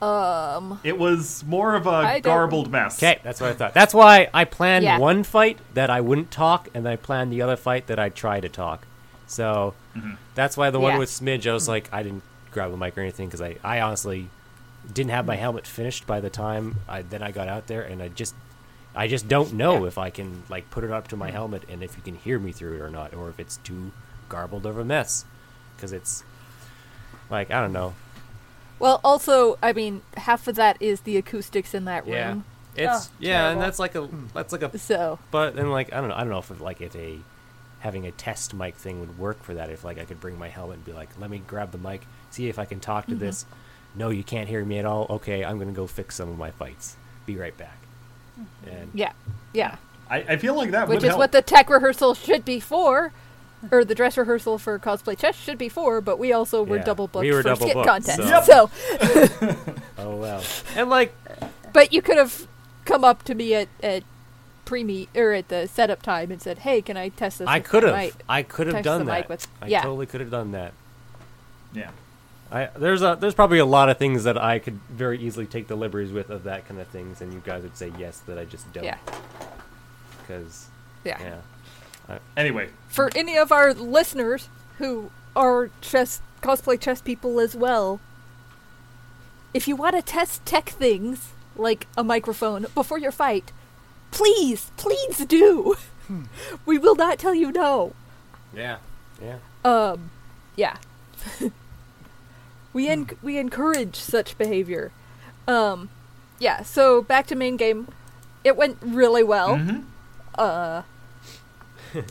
Um.
It was more of a
I don't-
garbled mess.
okay, that's what I thought. That's why I planned
Yeah.
one fight that I wouldn't talk, and I planned the other fight that I try to talk. So that's why the one
Yeah.
with Smidge, I was like, I didn't grab a mic or anything because I, I honestly didn't have my helmet finished by the time I then I got out there, and I just I just don't know if I can like put it up to my helmet and if you can hear me through it or not, or if it's too garbled of a mess because it's like I don't know.
Well, also, I mean, half of that is the acoustics in that
Yeah,
room.
it's
Oh,
yeah, and
terrible.
that's like a that's like a
So
But then, like, I don't know. I don't know if like if a having a test mic thing would work for that. If like I could bring my helmet and be like, let me grab the mic, see if I can talk
Mm-hmm.
to this. No, you can't hear me at all. Okay, I'm gonna go fix some of my fights. Be right back. And
Mm-hmm. yeah, yeah.
I, I feel like that
Which
would
is
help.
what the tech rehearsal should be for, or the dress rehearsal for cosplay chess should be for. But we also were
Yeah,
double booked
we were
for
double
skit
booked,
content.
so-
Yep.
So,
oh well. And like,
but you could have come up to me at at pre meet or at the setup time and said, "Hey, can I test [laughs] this?"
I
with my
could have,
mic?"
I could have
touch
done
the
that.
mic with-
I
yeah.
totally could have done that.
yeah.
I, there's a there's probably a lot of things that I could very easily take the liberties with of that kind of things, and you guys would say yes that I just don't
Yeah,
because
yeah.
yeah.
Anyway,
For any of our listeners who are chess cosplay chess people as well, if you want to test tech things like a microphone before your fight, please, please do. [laughs] We will not tell you no.
Yeah. Yeah.
Um, yeah. [laughs] we en- we encourage such behavior. Um, yeah. So back to main game. It went really well.
Mm-hmm.
Uh, [laughs]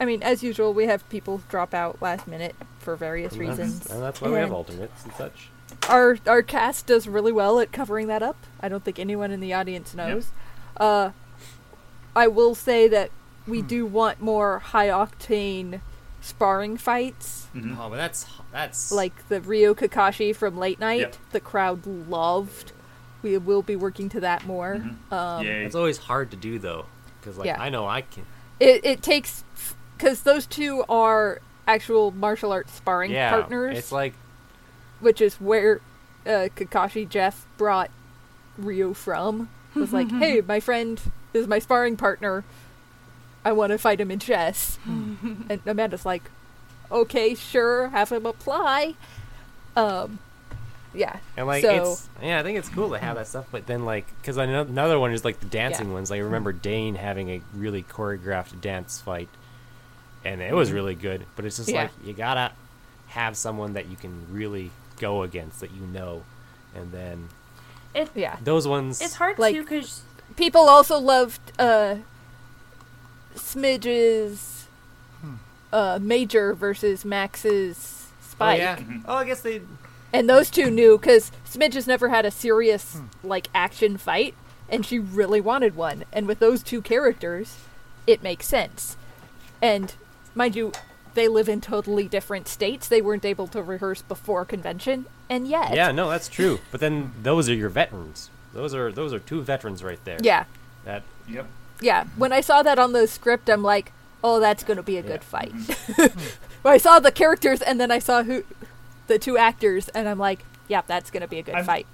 I mean, as usual, we have people drop out last minute for various
And that's-
reasons.
And that's why we have
And
alternates and such.
Our our cast does really well at covering that up. I don't think anyone in the audience knows. Uh, I will say that we do want more high octane sparring fights
Mm-hmm.
Oh, but that's that's
like the Ryo Kakashi from late night,
Yep.
the crowd loved. We will be working to that more. Um,
yay.
It's always hard to do though, because like
Yeah.
I know I can.
it, it takes because those two are actual martial arts sparring
Yeah,
partners,
it's like
which is where uh, Kakashi Jeff brought Ryo from. It was like, hey, my friend is my sparring partner. I want to fight him in chess. and Amanda's like, okay, sure, have him apply. Um, yeah.
and like
so,
it's yeah. I think it's cool to have that stuff, but then like because another one is like the dancing
Yeah.
ones. Like I remember Dane having a really choreographed dance fight, and it was really good. But it's just
Mm-hmm. Yeah.
like you gotta have someone that you can really go against that you know, and then
It,
yeah.
those ones.
It's hard
Like-
too because
people also loved uh, Smidge's
Hmm.
uh, Major versus Max's
Oh,
Spike,
yeah. Oh, I guess they.
and those two knew because Smidge has never had a serious
Hmm.
like action fight, and she really wanted one. And with those two characters, it makes sense. And mind you, they live in totally different states. They weren't able to rehearse before convention, and yet,
Yeah, no, that's true. But then those are your veterans. Those are those are two veterans right there.
yeah,
That
Yep.
yeah, when I saw that on the script, I'm like, oh, that's going to be a
Yeah.
good fight.
Mm-hmm.
[laughs] when I saw the characters and then I saw who, the two actors, and I'm like, yeah, that's going to be a good
I'm-
fight.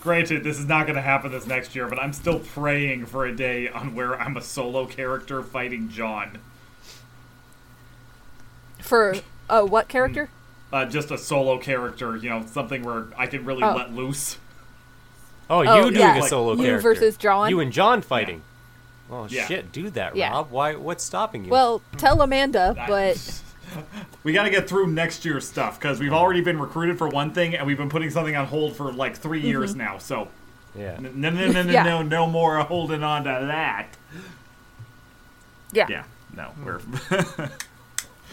Granted, this is not going to happen this next year, but I'm still praying for a day on where I'm a solo character fighting John.
For
[laughs]
uh, what character?
Uh, just a solo character, you know, something where I can really
Oh.
let loose.
Oh, you
Oh,
doing
yeah.
a solo
You
character
versus John?
You and John fighting. Oh
Yeah.
shit, do that,
Yeah.
Rob. Why? What's stopping you?
Well, tell Amanda,
I-
[laughs] but
[laughs] we got to get through next year's stuff because we've already been recruited for one thing, and we've been putting something on hold for like 3 years now. So
yeah.
n- no, no, no, no,
Mm-hmm. Yeah.
no, no more holding on to that.
yeah.
Yeah, no, we're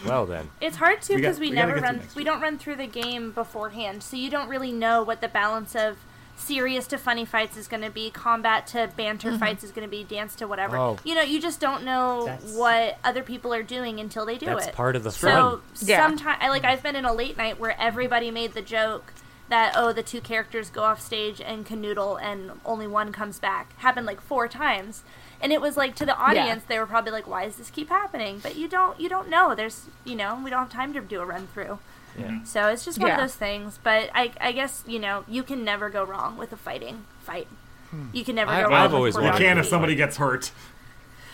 Well then,
it's hard too
We got-
because we,
we gotta
never
get through
run
next
we don't run through the game beforehand, so you don't really know what the balance of serious to funny fights is going to be, combat to banter fights is going to be, dance to whatever.
Oh.
You know, you just don't know
That's-
what other people are doing until they do
That's
it.
part of the
So
fun.
Yeah.
sometimes, I like I've been in a late night where everybody made the joke that oh the two characters go off stage and canoodle and only one comes back. Happened like four times, and it was like to the audience they were probably like, why does this keep happening? But you don't you don't know. There's you know we don't have time to do a run through.
Yeah.
So it's just one of
Yeah.
those things. But I I guess you know you can never go wrong with a fighting fight.
Hmm.
You can never
I-
go wrong.
I've
with
always
You
wanted
can
choreography.
if somebody gets hurt.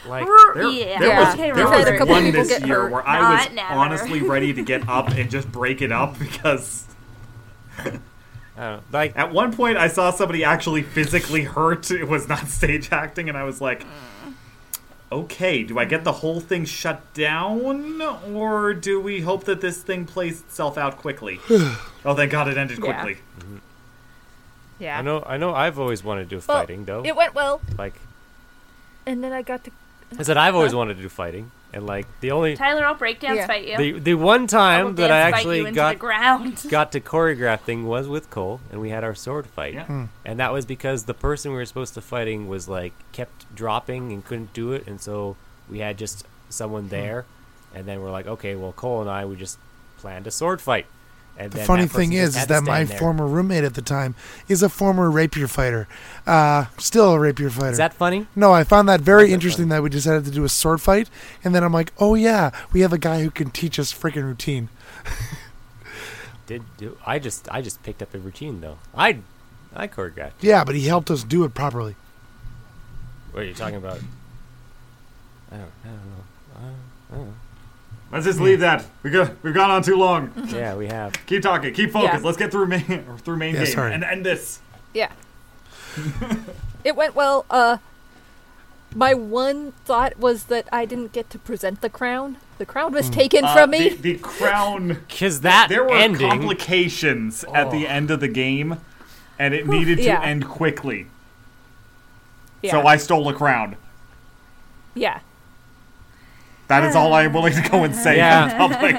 Like,
There,
yeah.
there was,
Yeah.
there
We've had
was
a couple
one
people
this
get
year
hurt.
where I was
Not never.
honestly ready to get up and just break it up because
I don't know, like
at one point I saw somebody actually physically hurt. It was not [laughs] stage acting, and I was like, okay, do I get the whole thing shut down or do we hope that this thing plays itself out quickly? oh, thank God it ended
Yeah.
quickly.
Yeah.
I know, I know. I've always wanted to do
Well,
fighting, though.
It went well,
like
and then I got to.
I said, I've always wanted to do fighting, and like the only
Tyler, I'll break dance
Yeah.
fight you.
the the one
I will
time that
dance fight
I
you
actually
into
got
the ground.
got to choreograph thing was with Cole, and we had our sword fight.
Yeah.
Hmm.
And that was because the person we were supposed to fighting was like kept dropping and couldn't do it, and so we had just someone
Hmm.
there, and then we're like, okay, well, Cole and I we just planned a sword fight. And
The
then
funny
that person
thing
just
is,
had
is
to
that my
stand there.
former roommate at the time is a former rapier fighter, uh, still a rapier fighter.
is that funny?
no, I found that very interesting that we decided to do a sword fight, and then I'm like, oh yeah, we have a guy who can teach us freaking routine.
Did do I just I just picked up a routine though. I I choreographed.
Yeah, but he helped us do it properly.
What are you talking
[laughs]
about? I don't, I don't know.
Let's just leave that. We go, we've gone on too long.
[laughs]
Yeah, we have.
Keep talking. Keep focused.
Yeah.
Let's get through main or through main
Yeah,
game
sorry.
and end this. [laughs]
Yeah.
It went well. Uh, my one thought was that I didn't get to present the crown. The crown was taken
Uh,
from me.
The, the crown.
Cause that
There were
ending.
complications at the end of the game, and it needed to
yeah.
end quickly.
yeah.
So I stole a crown.
yeah.
That is all I am willing to go and say [laughs]
Yeah.
in public.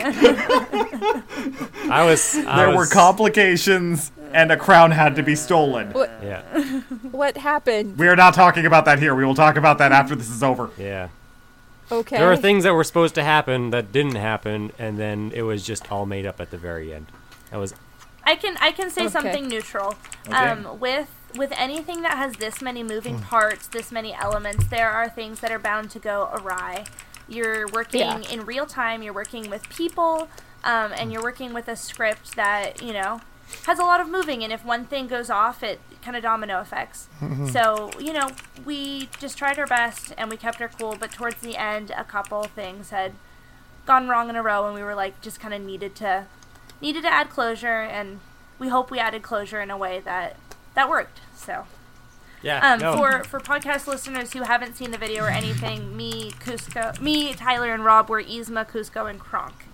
I was. I
There were
was-
complications, and a crown had to be stolen.
Yeah,
What happened?
We are not talking about that here. We will talk about that after this is over.
yeah.
Okay.
There were things that were supposed to happen that didn't happen, and then it was just all made up at the very end. That was
I can I can say
Okay.
something neutral. Um, with with anything that has this many moving parts, this many elements, there are things that are bound to go awry. You're working
Yeah.
in real time. You're working with people, um, and you're working with a script that you know has a lot of moving. And if one thing goes off, it kind of domino effects. So you know, we just tried our best and we kept our cool. But towards the end, a couple things had gone wrong in a row, and we were like just kind of needed to needed to add closure, and we hope we added closure in a way that that worked. So,
yeah.
um, for for podcast listeners who haven't seen the video or anything, me Cusco, me Tyler and Rob were Yzma, Cusco, and Kronk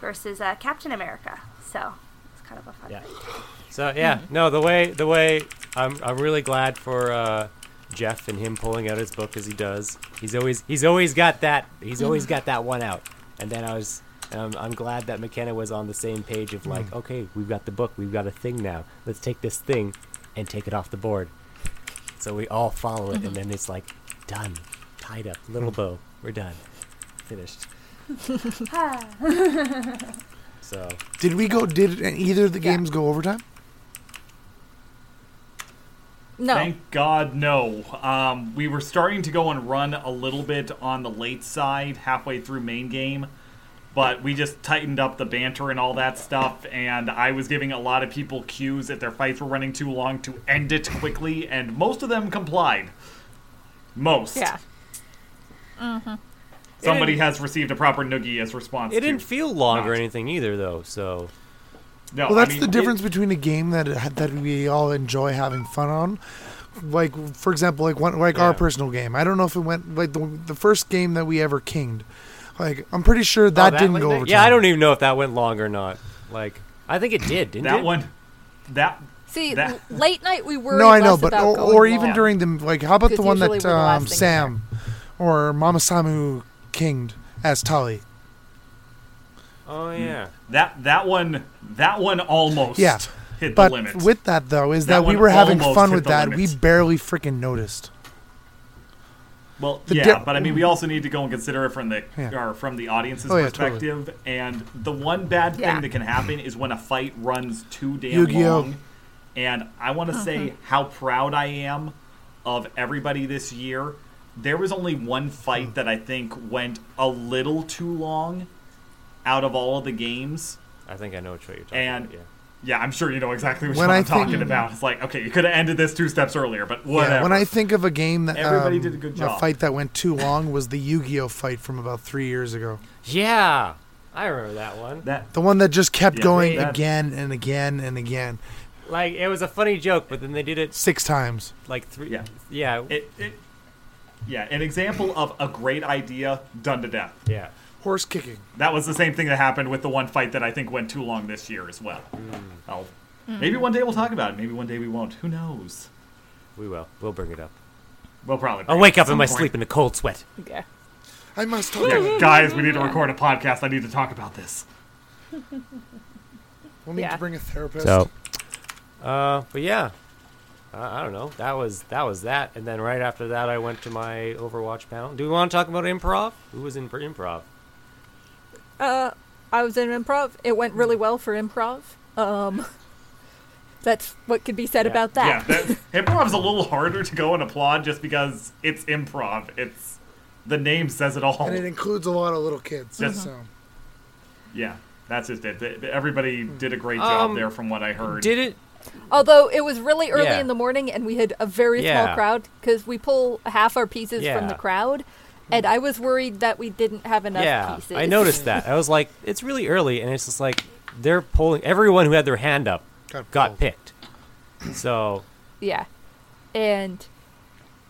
versus uh, Captain America. So it's kind of a fun.
Yeah.
thing.
so yeah, no. The way the way I'm I'm really glad for uh, Jeff and him pulling out his book as he does. He's always he's always got that he's always got that one out. And then I was um, I'm glad that McKenna was on the same page of like, okay, we've got the book, we've got a thing now. Let's take this thing and take it off the board. So we all follow it, and then it's like done, tied up, little bow. We're done, finished. so
Did we go? Did either of the games go overtime?
no.
Thank God, no. Um, we were starting to go and run a little bit on the late side halfway through main game, but we just tightened up the banter and all that stuff. And I was giving a lot of people cues if their fights were running too long to end it quickly, and most of them complied. Most.
Yeah.
Somebody has received a proper noogie as response.
it didn't
to-
feel long or
not.
anything either, though. So
No,
Oh,
Well,
I
that's
mean,
the
it-
difference between a game that that we all enjoy having fun on. Like for example, like one like our
Yeah.
personal game. I don't know if it went like the, the first game that we ever kinged. Like I'm pretty sure that,
Oh,
didn't
like,
go
that-
overtime.
Yeah, I don't even know if that went long or not. Like, I think it did, didn't
That
it?
one. That.
See,
That-
l- late night we worried
No, I know,
less
but
about
or,
going
or even
long.
during the like, how about the
Because
one
usually
that
we're the last
um,
thing
Sam or Mama Samu kinged as Tali?
Oh yeah.
That that one that one almost
Yeah.
hit the
But
limit.
with that though, is
That
that, we
one
were having
almost
fun
hit
with
the
that. We
limit.
barely freaking noticed.
well,
the
yeah,
di-
but I mean, we also need to go and consider it from the
Yeah.
or from the audience's
Oh, yeah, totally.
perspective. And the one bad thing
Yeah.
that can happen is when a fight runs too damn
Yu-Gi-Oh.
long. And I want to say how proud I am of everybody this year. There was only one
Hmm.
fight that I think went a little too long out of all of the games.
I think I know which way you're talking
And
about. Yeah.
yeah, I'm sure you know exactly which
When
one
I
I'm
think- Hmm.
talking about. It's like, okay, you could have ended this two steps earlier, but whatever.
Yeah, when I think of a game that
Everybody
um,
did a good job.
fight that went too long was the Yu-Gi-Oh fight from about three years ago.
Yeah, I remember that one.
that
The one that just kept
Yeah,
going
that-
again and again and again,
Like it was a funny joke, but then they did it
six times.
like three.
Yeah.
yeah,
it, it yeah, an example of a great idea done to death.
yeah.
Horse kicking.
That was the same thing that happened with the one fight that I think went too long this year as well. I'll- oh, Maybe one day we'll talk about it. Maybe one day we won't. Who knows?
We will. We'll bring it up.
We'll probably.
I'll
bring
Oh, wake
it at
up in
some
my
point.
sleep in a cold sweat.
Yeah.
I must talk.
Yeah, guys, we need to record a podcast. I need to talk about this.
We'll need
Yeah.
to bring a therapist.
So, uh, but yeah, I I don't know. That was that was that, and then right after that, I went to my Overwatch panel. Do we want to talk about improv? Who was in for improv?
Uh, I was in improv. It went really well for improv. Um, [laughs] that's what could be said
Yeah.
about that.
Yeah, that, improv's a little harder to go and applaud just because it's improv. It's the name says it all.
and it includes a lot of little kids.
Yes.
So
Yeah, that's just it. Th- th- Everybody did a great job
Um,
there, from what I heard.
Did it?
Although it was really early
Yeah.
in the morning and we had a very
Yeah.
small crowd because we pull half our pieces from
Yeah. Mm.
the crowd, and I was worried that we didn't have enough
yeah,
pieces.
I noticed that. I was like, it's really early, and it's just like they're polling. Everyone who had their hand up
Got
got
pulled.
picked. So
Yeah, and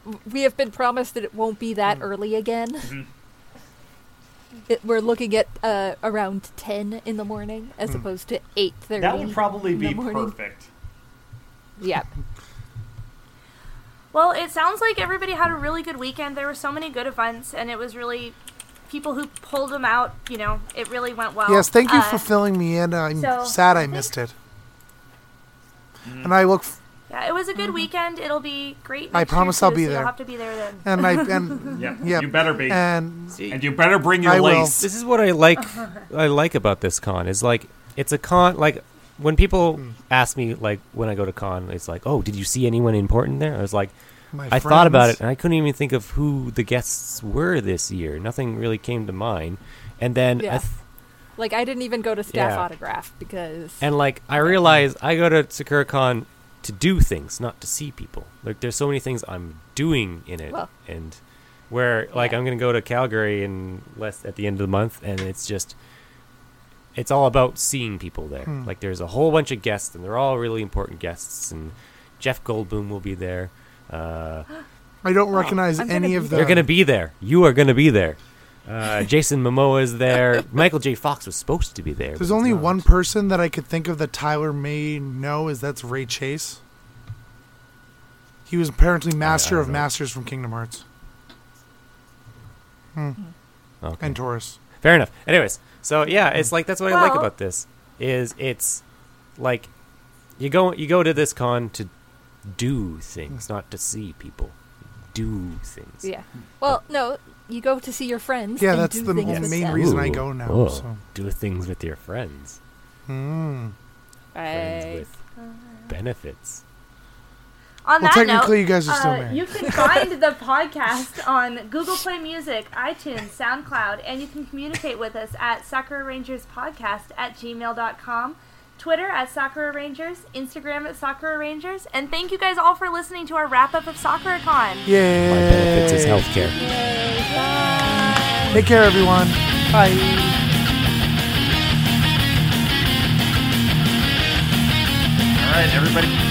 w- we have been promised that it won't be that
Mm.
early again.
Mm-hmm.
[laughs] It, we're looking at uh, around ten in the morning as opposed to eight thirty.
Mm. that would probably
in the
be
morning.
perfect.
Yeah.
Well, it sounds like everybody had a really good weekend. There were so many good events, and it was really people who pulled them out. You know, it really went well.
yes, thank you
Uh,
for filling me in. I'm
so-
sad I missed it. And I look, f-
yeah, it was a good weekend. It'll be great.
Mm-hmm. I
next year,
promise I'll
too,
be
so
there.
You'll have to be there then.
and I and
Yeah,
Yep.
you better be, and,
and
see,
you better bring your
Uh, I will.
lace.
this is what I like. I like about this con is like it's a con. Like when people
Hmm.
ask me, like when I go to con, it's like, oh, did you see anyone important there? I was like,
my
I thought about it
friends.
and I couldn't even think of who the guests were this year. Nothing really came to mind. And then I
Yeah.
th-
Like I didn't even go to staff
Yeah.
autograph because
and like I realized I go to SakuraCon to do things, not to see people. Like there's so many things I'm doing in it
Well.
and where like
Yeah.
I'm going to go to Calgary in less at the end of the month and it's just it's all about seeing people there.
Hmm.
Like there's a whole bunch of guests and they're all really important guests and Jeff Goldblum will be there. Uh
I
Oh,
don't recognize
I'm gonna
any
be
of the.
there.
They're going to be there. You are going to be there.
[laughs]
Uh, Jason Momoa is there. Michael J. Fox was supposed to be there.
There's
but he's
only
not.
one person that I could think of that Tyler may know is that's Ray Chase. He was apparently master
don't
of
know.
masters from Kingdom Hearts
Okay.
and Taurus.
Fair enough. Anyways, so yeah, it's like that's what I like
Well-
about this is it's like you go you go to this con to do things, not to see people. Do things.
yeah. Well, no, you go to see your friends.
Yeah,
and
that's
do
the
things
m-
with
main
them.
reason I go now,
oh,
so.
Do things with your friends.
Mm.
Right.
Friends with benefits.
On
Well,
that
technically,
note,
you guys are still
uh,
married.
You can find the podcast on Google Play Music, iTunes, SoundCloud, and you can communicate with us at Sakura Rangers Podcast at gmail.com, Twitter at Sakura Rangers, Instagram at Sakura Rangers, and thank you guys all for listening to our wrap up of SakuraCon.
My
Yeah.
benefits is healthcare.
Take care, everyone. Bye.
All right, everybody.